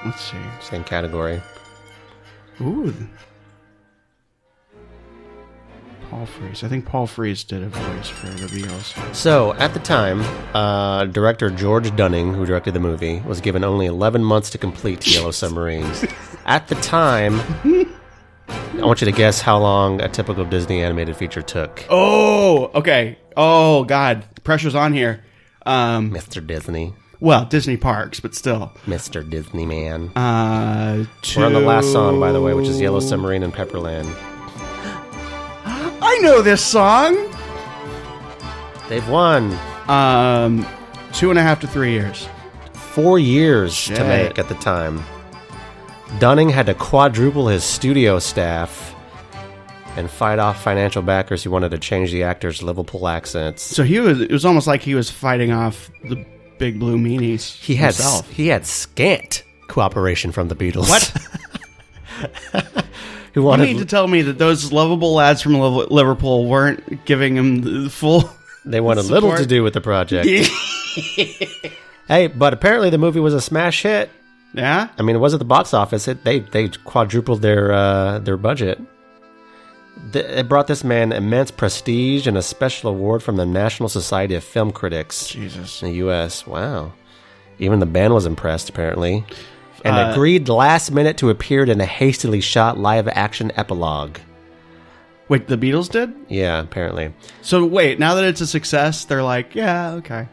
S1: Let's see.
S2: Same category.
S1: Ooh. Paul Frees. I think Paul Frees did a voice for the Beatles.
S2: So at the time, uh, director George Dunning, who directed the movie, was given only 11 months to complete Yellow Submarines. at the time, I want you to guess how long a typical Disney animated feature took.
S1: Oh, okay. Oh God, pressure's on here. Um,
S2: Mr. Disney,
S1: well, Disney parks, but still.
S2: Mr. Disney Man.
S1: Uh,
S2: We're on the last song, by the way, which is
S1: to-
S2: Yellow Submarine and Pepperland.
S1: I know this song.
S2: They've won.
S1: Um, two and a half to three years.
S2: four years
S1: Shit.
S2: to make at the time. Dunning had to quadruple his studio staff and fight off financial backers who wanted to change the actors' Liverpool accents.
S1: So he was. It was almost like he was fighting off the big blue meanies.
S2: He had
S1: himself.
S2: he had scant cooperation from the Beatles.
S1: What?
S2: who
S1: You need
S2: wanted
S1: to tell me that those lovable lads from Liv- Liverpool weren't giving him the full.
S2: they wanted little
S1: support?
S2: to do with the project. hey, but apparently the movie was a smash hit.
S1: Yeah.
S2: I mean, it was at the box office. It, they they quadrupled their uh, their budget. Th- It brought this man immense prestige and a special award from the National Society of Film Critics
S1: Jesus.
S2: in the U.S. Wow! Even the band was impressed, apparently, and
S1: Uh,
S2: agreed last minute to appear in a hastily shot live action epilogue.
S1: Wait, the Beatles did.
S2: Yeah, apparently.
S1: So wait, now that it's a success, they're like, yeah, okay.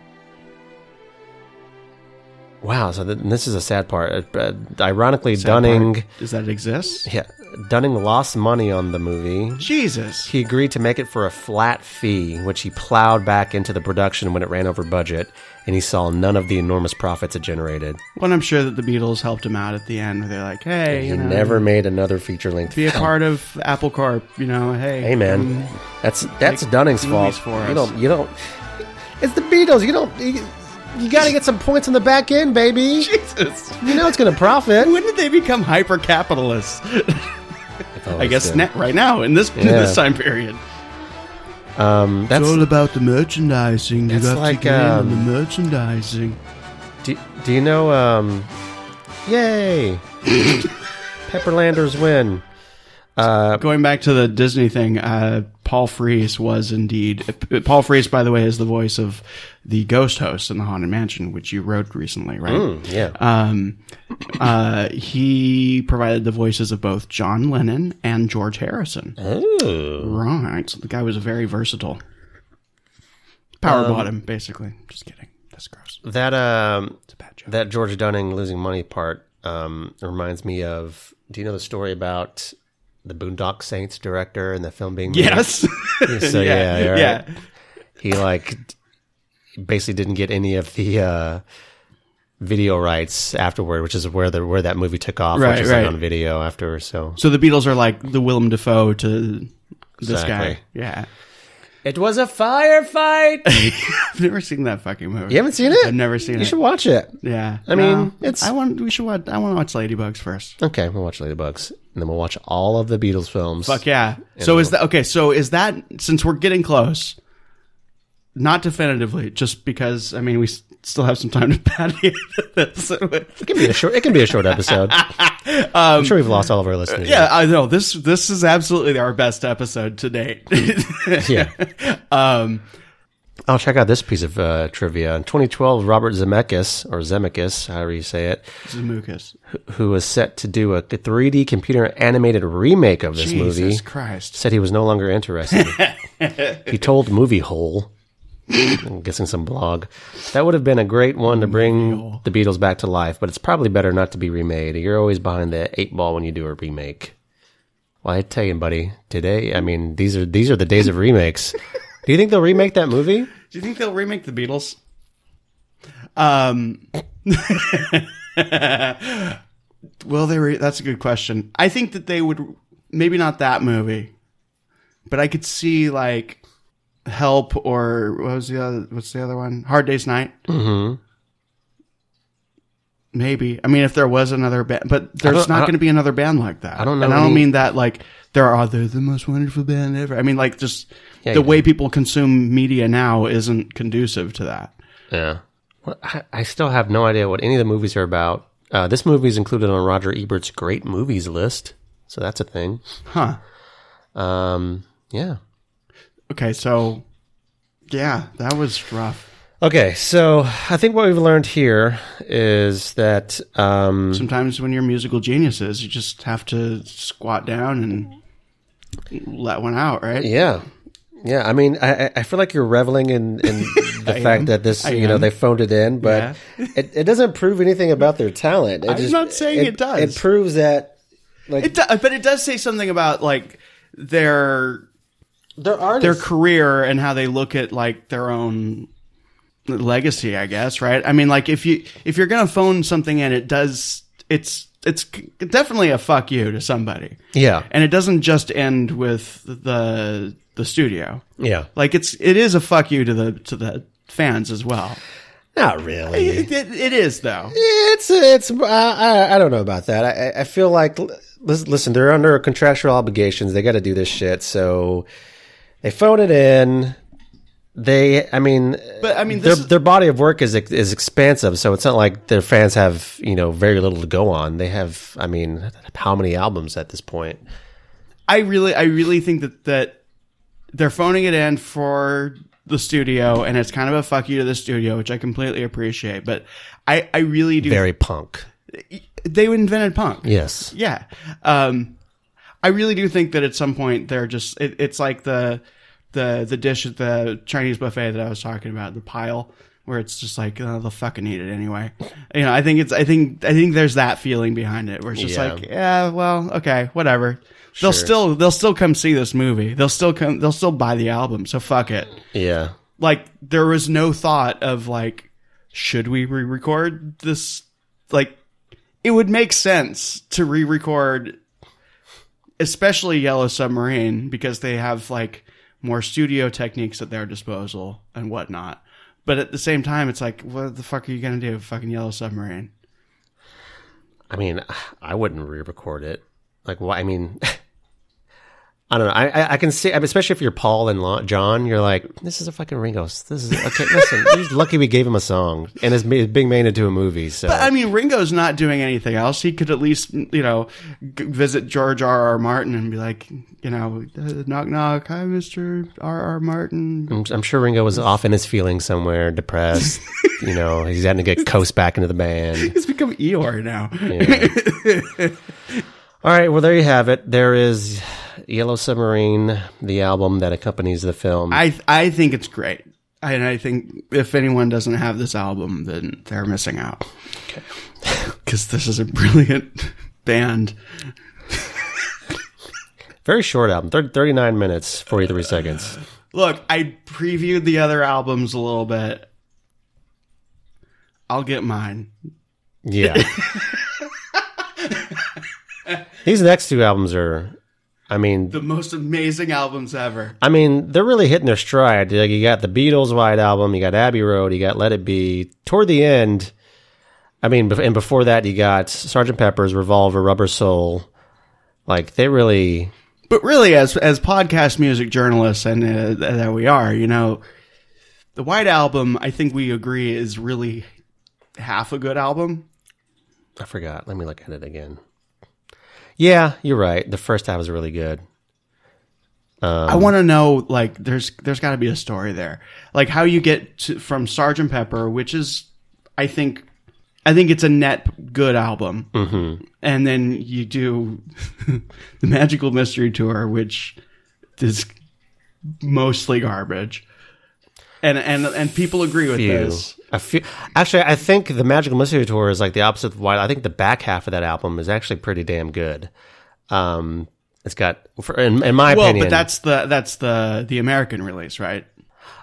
S2: Wow. So th- and this is a sad part. Uh, uh, ironically,
S1: That
S2: Dunning,
S1: part- Does that exist?
S2: yeah, Dunning lost money on the movie.
S1: Jesus.
S2: He agreed to make it for a flat fee, which he plowed back into the production when it ran over budget, and he saw none of the enormous profits it generated.
S1: Well, I'm sure that the Beatles helped him out at the end. Where they're like, "Hey,
S2: He
S1: you know,
S2: never made another feature length
S1: be a
S2: film.
S1: part of Apple Corp." You know, hey,
S2: Hey man, that's that's
S1: Mm. make
S2: Dunning's fault.
S1: movies for
S2: you
S1: us.
S2: don't you don't. It's the Beatles. You don't. You, you got to get some points on the back end, baby.
S1: Jesus.
S2: You know it's going to profit.
S1: When did they become hyper capitalists? I guess
S2: now
S1: net right now in this in
S2: Yeah.
S1: this time period.
S2: um, that's
S1: about the merchandising.
S2: That's got to like, get in on the um,
S1: merchandising.
S2: Do, do you know? Um, yay! Pepperlanders win.
S1: Going back to the Disney thing, uh, Paul Frees was indeed Paul Frees. By the way, is the voice of the ghost host in the Haunted Mansion, which you wrote recently, right?
S2: Hmm, Yeah.
S1: Um, uh, he provided the voices of both John Lennon and George Harrison.
S2: Ooh.
S1: Right, so the guy was very versatile. Power bottom, basically. Just kidding. That's gross.
S2: Um, That um,
S1: It's a bad joke.
S2: that George Dunning losing money part um, reminds me of. Do you know the story about the Boondock Saints director and the film being? made?
S1: yes.
S2: So yeah, yeah, right.
S1: yeah.
S2: He like basically didn't get any of the uh, video rights afterward, which is where the where that movie took off,
S1: Right,
S2: which is
S1: right.
S2: like on video after. So
S1: So the Beatles are like the Willem Dafoe to this
S2: Exactly.
S1: guy. Yeah.
S2: it was a firefight.
S1: I've never seen that fucking movie.
S2: you haven't seen it?
S1: I've never seen
S2: You
S1: it.
S2: should watch it.
S1: yeah.
S2: I mean, it's-
S1: I want we should watch I want to watch Ladybugs first.
S2: Okay, we'll watch Ladybugs, and then we'll watch all of the Beatles films.
S1: Fuck yeah. So is that okay, so is that since we're getting close not definitively, just because I mean we s- still have some time to patty this.
S2: It can be a short. It can be a short episode. I'm sure we've lost all of our listeners.
S1: Yeah, I know this. This is absolutely our best episode to date.
S2: yeah.
S1: um,
S2: I'll check out this piece of uh, trivia. In 2012, Robert Zemeckis, or Zemeckis, however you say it,
S1: Zemeckis,
S2: who was set to do a 3D computer animated remake of this
S1: Jesus
S2: movie,
S1: Christ,
S2: said he was no longer interested. he told Movie Hole, I'm guessing some blog, that would have been a great one to bring the Beatles back to life, but it's probably better not to be remade. You're always behind the eight ball when you do a remake. Well, I tell you, buddy, today, I mean, these are these are the days of remakes. do you think they'll remake that movie?
S1: do you think they'll remake the Beatles? Um, will they? Re- that's a good question. I think that they would. Maybe not that movie, but I could see like Help or what was the other? What's the other one? Hard Day's Night. Mm-hmm. Maybe. I mean, if there was another band, but
S2: don't-
S1: there's
S2: I
S1: not
S2: don't-
S1: going to be another band like that.
S2: I don't know
S1: And I don't
S2: any-
S1: mean that like there are they're the most wonderful band ever. I mean, like just
S2: Yeah,
S1: the
S2: you-
S1: way people consume media now isn't conducive to that.
S2: Yeah. Well, I, I still have no idea what any of the movies are about. Uh, this movie is included on Roger Ebert's great movies list, so that's a thing.
S1: Huh.
S2: Um, yeah.
S1: Okay, so yeah, that was rough.
S2: Okay, so I think what we've learned here is that um,
S1: Sometimes when you're musical geniuses, you just have to squat down and let one out, right?
S2: yeah, yeah. I mean, I, I- I feel like you're reveling in, in the fact that this, you know,
S1: am.
S2: they phoned it in, but it, it doesn't prove anything about their talent. It
S1: I'm not saying it does.
S2: It proves that like
S1: It do, but it does say something about like their
S2: there are
S1: their career and how they look at like their own legacy i guess right i mean like if you if you're gonna phone something in it does it's it's c- definitely a fuck you to somebody
S2: yeah,
S1: and it doesn't just end with the the studio
S2: yeah.
S1: like it's it is a fuck you to the to the fans as well
S2: Not really.
S1: it, it, it is though
S2: It's it's I I, I don't know about that. I I- I feel like l- listen, listen they're under contractual obligations. They got to do this shit. So they phone it in. They I mean
S1: but i mean
S2: their
S1: this is-
S2: their body of work is ex- is expansive. So it's not like their fans have you know very little to go on. They have I mean how many albums at this point?
S1: I really, I really think that that they're phoning it in for the studio, and it's kind of a fuck you to the studio, which I completely appreciate. But I, I really do.
S2: Very punk.
S1: They invented punk.
S2: Yes.
S1: Yeah. Um, I really do think that at some point they're just. It, it's like the the the dish at the Chinese buffet that I was talking about, the pile. Where it's just like oh, they'll fucking eat it anyway, you know, I think it's I think I think there's that feeling behind it where it's just
S2: Yeah.
S1: like, yeah, well, okay, whatever. They'll
S2: Sure.
S1: still they'll still come see this movie. They'll still come they'll still buy the album. So fuck it.
S2: Yeah.
S1: Like there was no thought of like should we re-record this like it would make sense to re-record especially Yellow Submarine because they have like more studio techniques at their disposal and whatnot. But at the same time, it's like, what the fuck are you gonna do? Fucking Yellow Submarine.
S2: I mean, I wouldn't re-record it. Like, why? I mean, I don't know. I, I I can see, I mean, especially if you're Paul and Lon, John, you're like, this is a fucking Ringo's. This is okay. Listen, he's lucky we gave him a song, and it's, ma- it's being made into a movie. So
S1: I mean, Ringo's not doing anything else. He could at least, you know, g- visit George R. R. Martin and be like, you know, uh, knock knock, hi, Mister R. R. Martin.
S2: I'm, I'm sure Ringo was off in his feelings somewhere, depressed. you know, he's having to get coast back into the band.
S1: He's become Eeyore now.
S2: All right, well, there you have it. There is Yellow Submarine, the album that accompanies the film.
S1: I I think it's great, I, and I think if anyone doesn't have this album, then they're missing out. Because this is a brilliant band.
S2: Very short album, thir 39 minutes, 43 seconds.
S1: Look, I previewed the other albums a little bit. I'll get mine.
S2: Yeah. These next two albums are, I mean,
S1: The most amazing albums ever.
S2: I mean, they're really hitting their stride. Like you got the Beatles White album, you got Abbey Road, you got Let It Be. Toward the end, I mean, bef- and before that, you got Sgt. Pepper's Revolver, Rubber Soul. Like they really,
S1: But really, as as podcast music journalists, and uh, that we are, you know, the White Album, I think we agree, is really half a good album.
S2: I forgot. Let me look at it again. Yeah, you're right. The first half was really good.
S1: I want to know, like, there's there's got to be a story there, like how you get to, from Sergeant Pepper, which is, I think, I think it's a net good album, mm-hmm. and then you do the Magical Mystery Tour, which is mostly garbage, and and and people agree with
S2: few.
S1: this.
S2: A few. Actually, I think the Magical Mystery Tour is like the opposite of Wild. I think the back half of that album is actually pretty damn good. Um, it's got, for, in, in my
S1: Well,
S2: opinion.
S1: but that's the that's the the American release, right?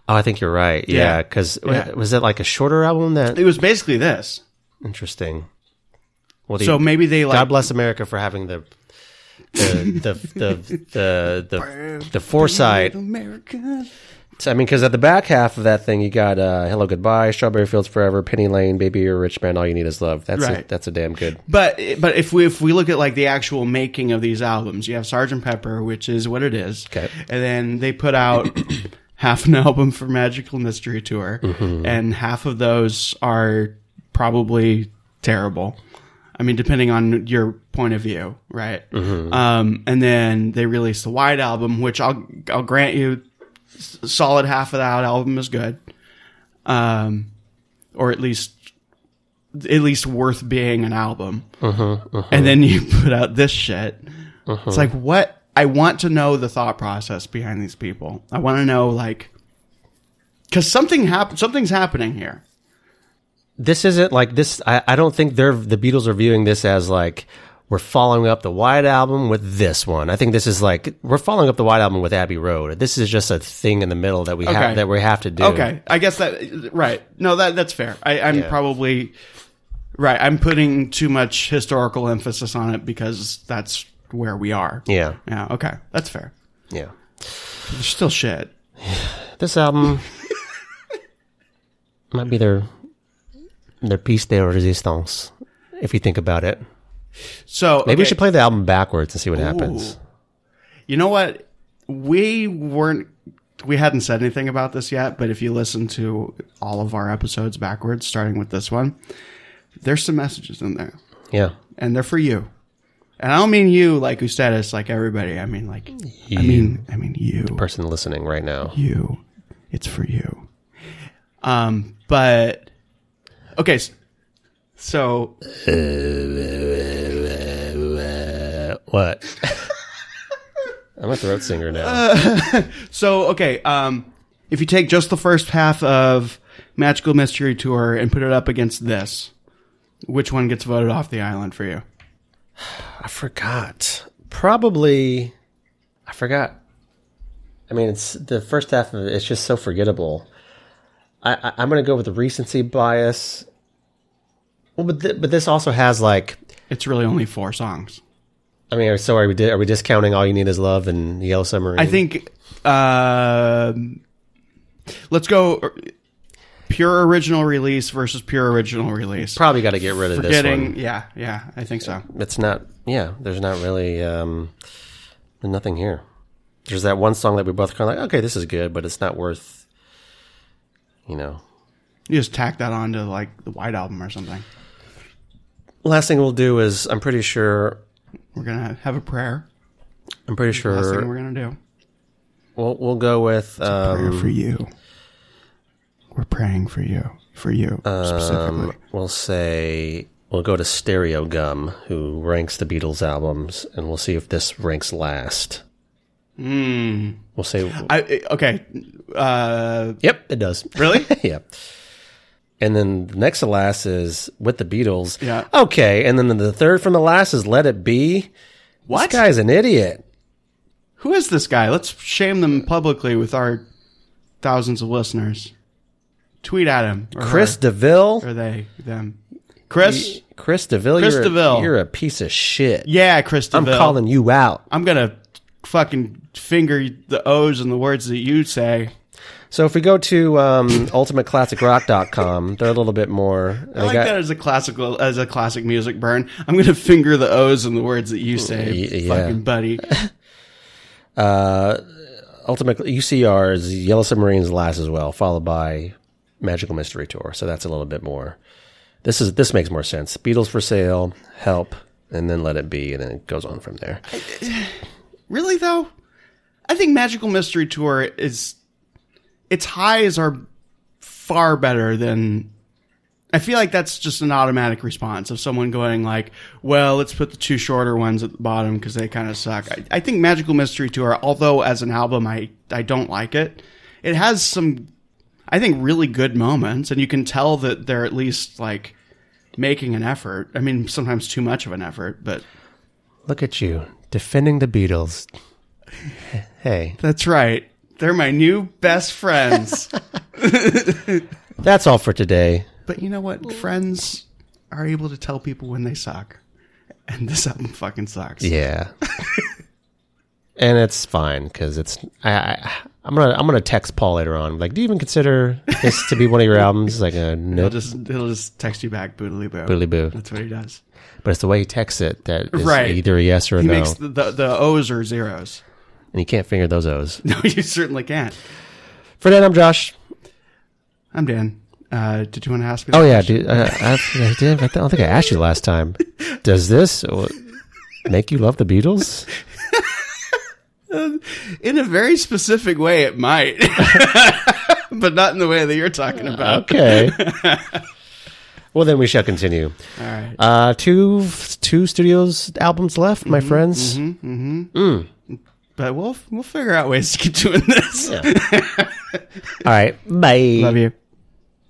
S2: Oh, I think you're right. Yeah,
S1: Yeah.
S2: because
S1: Yeah.
S2: was it like a shorter album? That
S1: It was basically this.
S2: interesting. Well,
S1: So
S2: the-
S1: maybe they like
S2: God bless America for having the the the the the, the, the foresight.
S1: America.
S2: I mean, because at the back half of that thing, you got uh, "Hello Goodbye," "Strawberry Fields Forever," "Penny Lane," "Baby You're a Rich Man," "All You Need Is Love." That's a,
S1: Right.
S2: that's a damn good.
S1: But but if we if we look at like the actual making of these albums, you have Sgt. Pepper, which is what it is,
S2: Okay.
S1: and then they put out half an album for Magical Mystery Tour, and half of those are probably terrible. I mean, depending on your point of view, right? Um, and then they released the Wide album, which I'll I'll grant you, s- solid half of that album is good, um, or at least at least worth being an album.
S2: Uh-huh,
S1: And then you put out this shit. It's like what I want to know the thought process behind these people. I want to know like because something hap- something's happening here.
S2: This isn't like this. I, I don't think they're the Beatles are viewing this as like we're following up the White album with this one. I think this is like we're following up the White album with Abbey Road. This is just a thing in the middle that we
S1: Okay.
S2: have that we have to do.
S1: Okay, I guess that right. No, that that's fair. I, I'm
S2: Yeah.
S1: probably right. I'm putting too much historical emphasis on it because that's where we are.
S2: Yeah.
S1: Yeah. Okay, that's fair.
S2: Yeah.
S1: There's still shit.
S2: This album might be their their piece de resistance, if you think about it.
S1: So
S2: Maybe we
S1: okay.
S2: should play the album backwards and see what happens.
S1: You know what? We weren't we hadn't said anything about this yet, but if you listen to all of our episodes backwards, starting with this one, there's some messages in there.
S2: Yeah.
S1: And they're for you. And I don't mean you like Ustatus, like everybody. I mean like I mean I mean you.
S2: Person listening right now.
S1: You. It's for you. Um but okay, s- so
S2: What? I'm a throat singer now.
S1: So okay, um, if you take just the first half of Magical Mystery Tour and put it up against this, Which one gets voted off the island for you?
S2: I forgot. Probably, I forgot. I mean, it's the first half of it. It's just so forgettable. I, I I'm gonna go with the recency bias. Well, but th- but this also has like,
S1: It's really only four songs.
S2: I mean, so are we di- are we discounting all you need is love and Yellow Submarine?
S1: I think. um let's go. uh, Pure original release versus pure original release.
S2: probably got to get rid of this one.
S1: Forgetting, yeah, yeah, I think so.
S2: it's not yeah there's not really um nothing here there's that one song that we both kind of like okay this is good but it's not worth you know
S1: You just tack that on to like the White Album or something.
S2: last thing we'll do is i'm pretty sure
S1: We're gonna have a prayer.
S2: i'm pretty
S1: Last thing we're
S2: sure
S1: gonna do.
S2: we'll, we'll go with
S1: Prayer
S2: um
S1: for you. We're praying for you, for you specifically.
S2: we'll say we'll go to stereo gum who ranks the beatles albums and we'll see if this ranks last we'll say
S1: Hmm. I, I- okay, uh,
S2: Yep, it does. Really? yeah. And then the next to last is with the Beatles.
S1: Yeah.
S2: Okay. And then the third from the last is Let It Be.
S1: what?
S2: This guy's an idiot.
S1: Who is this guy? Let's shame them publicly with our thousands of listeners. Tweet at him. Or
S2: Chris DeVille.
S1: her, or they them? Uh-huh. Chris?
S2: Chris DeVille.
S1: Chris
S2: you're
S1: DeVille.
S2: A, you're a piece of shit.
S1: Yeah, Chris.
S2: I'm
S1: DeVille.
S2: calling you out.
S1: I'm gonna fucking finger the O's and the words that you say.
S2: So if we go to um, ultimateclassicrock.com, they're a little bit more. and
S1: I like
S2: got-
S1: that as a classical as a classic music burn. I'm gonna finger the O's and the words that you say,
S2: Y- yeah.
S1: fucking buddy.
S2: Ultimate UCR is Yellow Submarine's last as well, followed by Magical Mystery Tour. So that's a little bit more. This is this makes more sense. Beatles for sale, help, and then let it be, and then it goes on from there.
S1: Really though, I think Magical Mystery Tour is its highs are far better than. I feel like that's just an automatic response of someone going like, "Well, let's put the two shorter ones at the bottom because they kind of suck." I, I think Magical Mystery Tour, although as an album I I don't like it, it has some, I think, really good moments, and you can tell that they're at least like making an effort. I mean, sometimes too much of an effort, but
S2: Look at you defending the Beatles. Hey,
S1: That's right. They're my new best friends.
S2: that's all for today.
S1: but you know what? Friends are able to tell people when they suck. And this album fucking sucks.
S2: Yeah, and it's fine because it's I, I I'm gonna I'm gonna text Paul later on. Like, do you even consider this to be one of your albums? Like, uh, no,
S1: He'll just he'll just text you back boodly boo.
S2: Boodly boo.
S1: That's what he does.
S2: but it's the way he texts it that is
S1: Right.
S2: either a yes or a
S1: He
S2: no,
S1: makes the, the the O's or zeros.
S2: and you can't finger those O's.
S1: No, you certainly can't.
S2: For that, I'm Josh.
S1: I'm Dan. Uh, did you want to ask me?
S2: Oh yeah, dude. Uh, I, I did. I don't think I asked you last time. Does this uh, make you love the Beatles?
S1: In a very specific way, it might, but not in the way that you're talking about.
S2: Okay. well, then we shall continue.
S1: All right.
S2: Uh, two two studios albums left, my
S1: Mm-hmm.
S2: friends.
S1: But we'll we'll figure out ways to keep doing this.
S2: All right. Bye.
S1: Love you.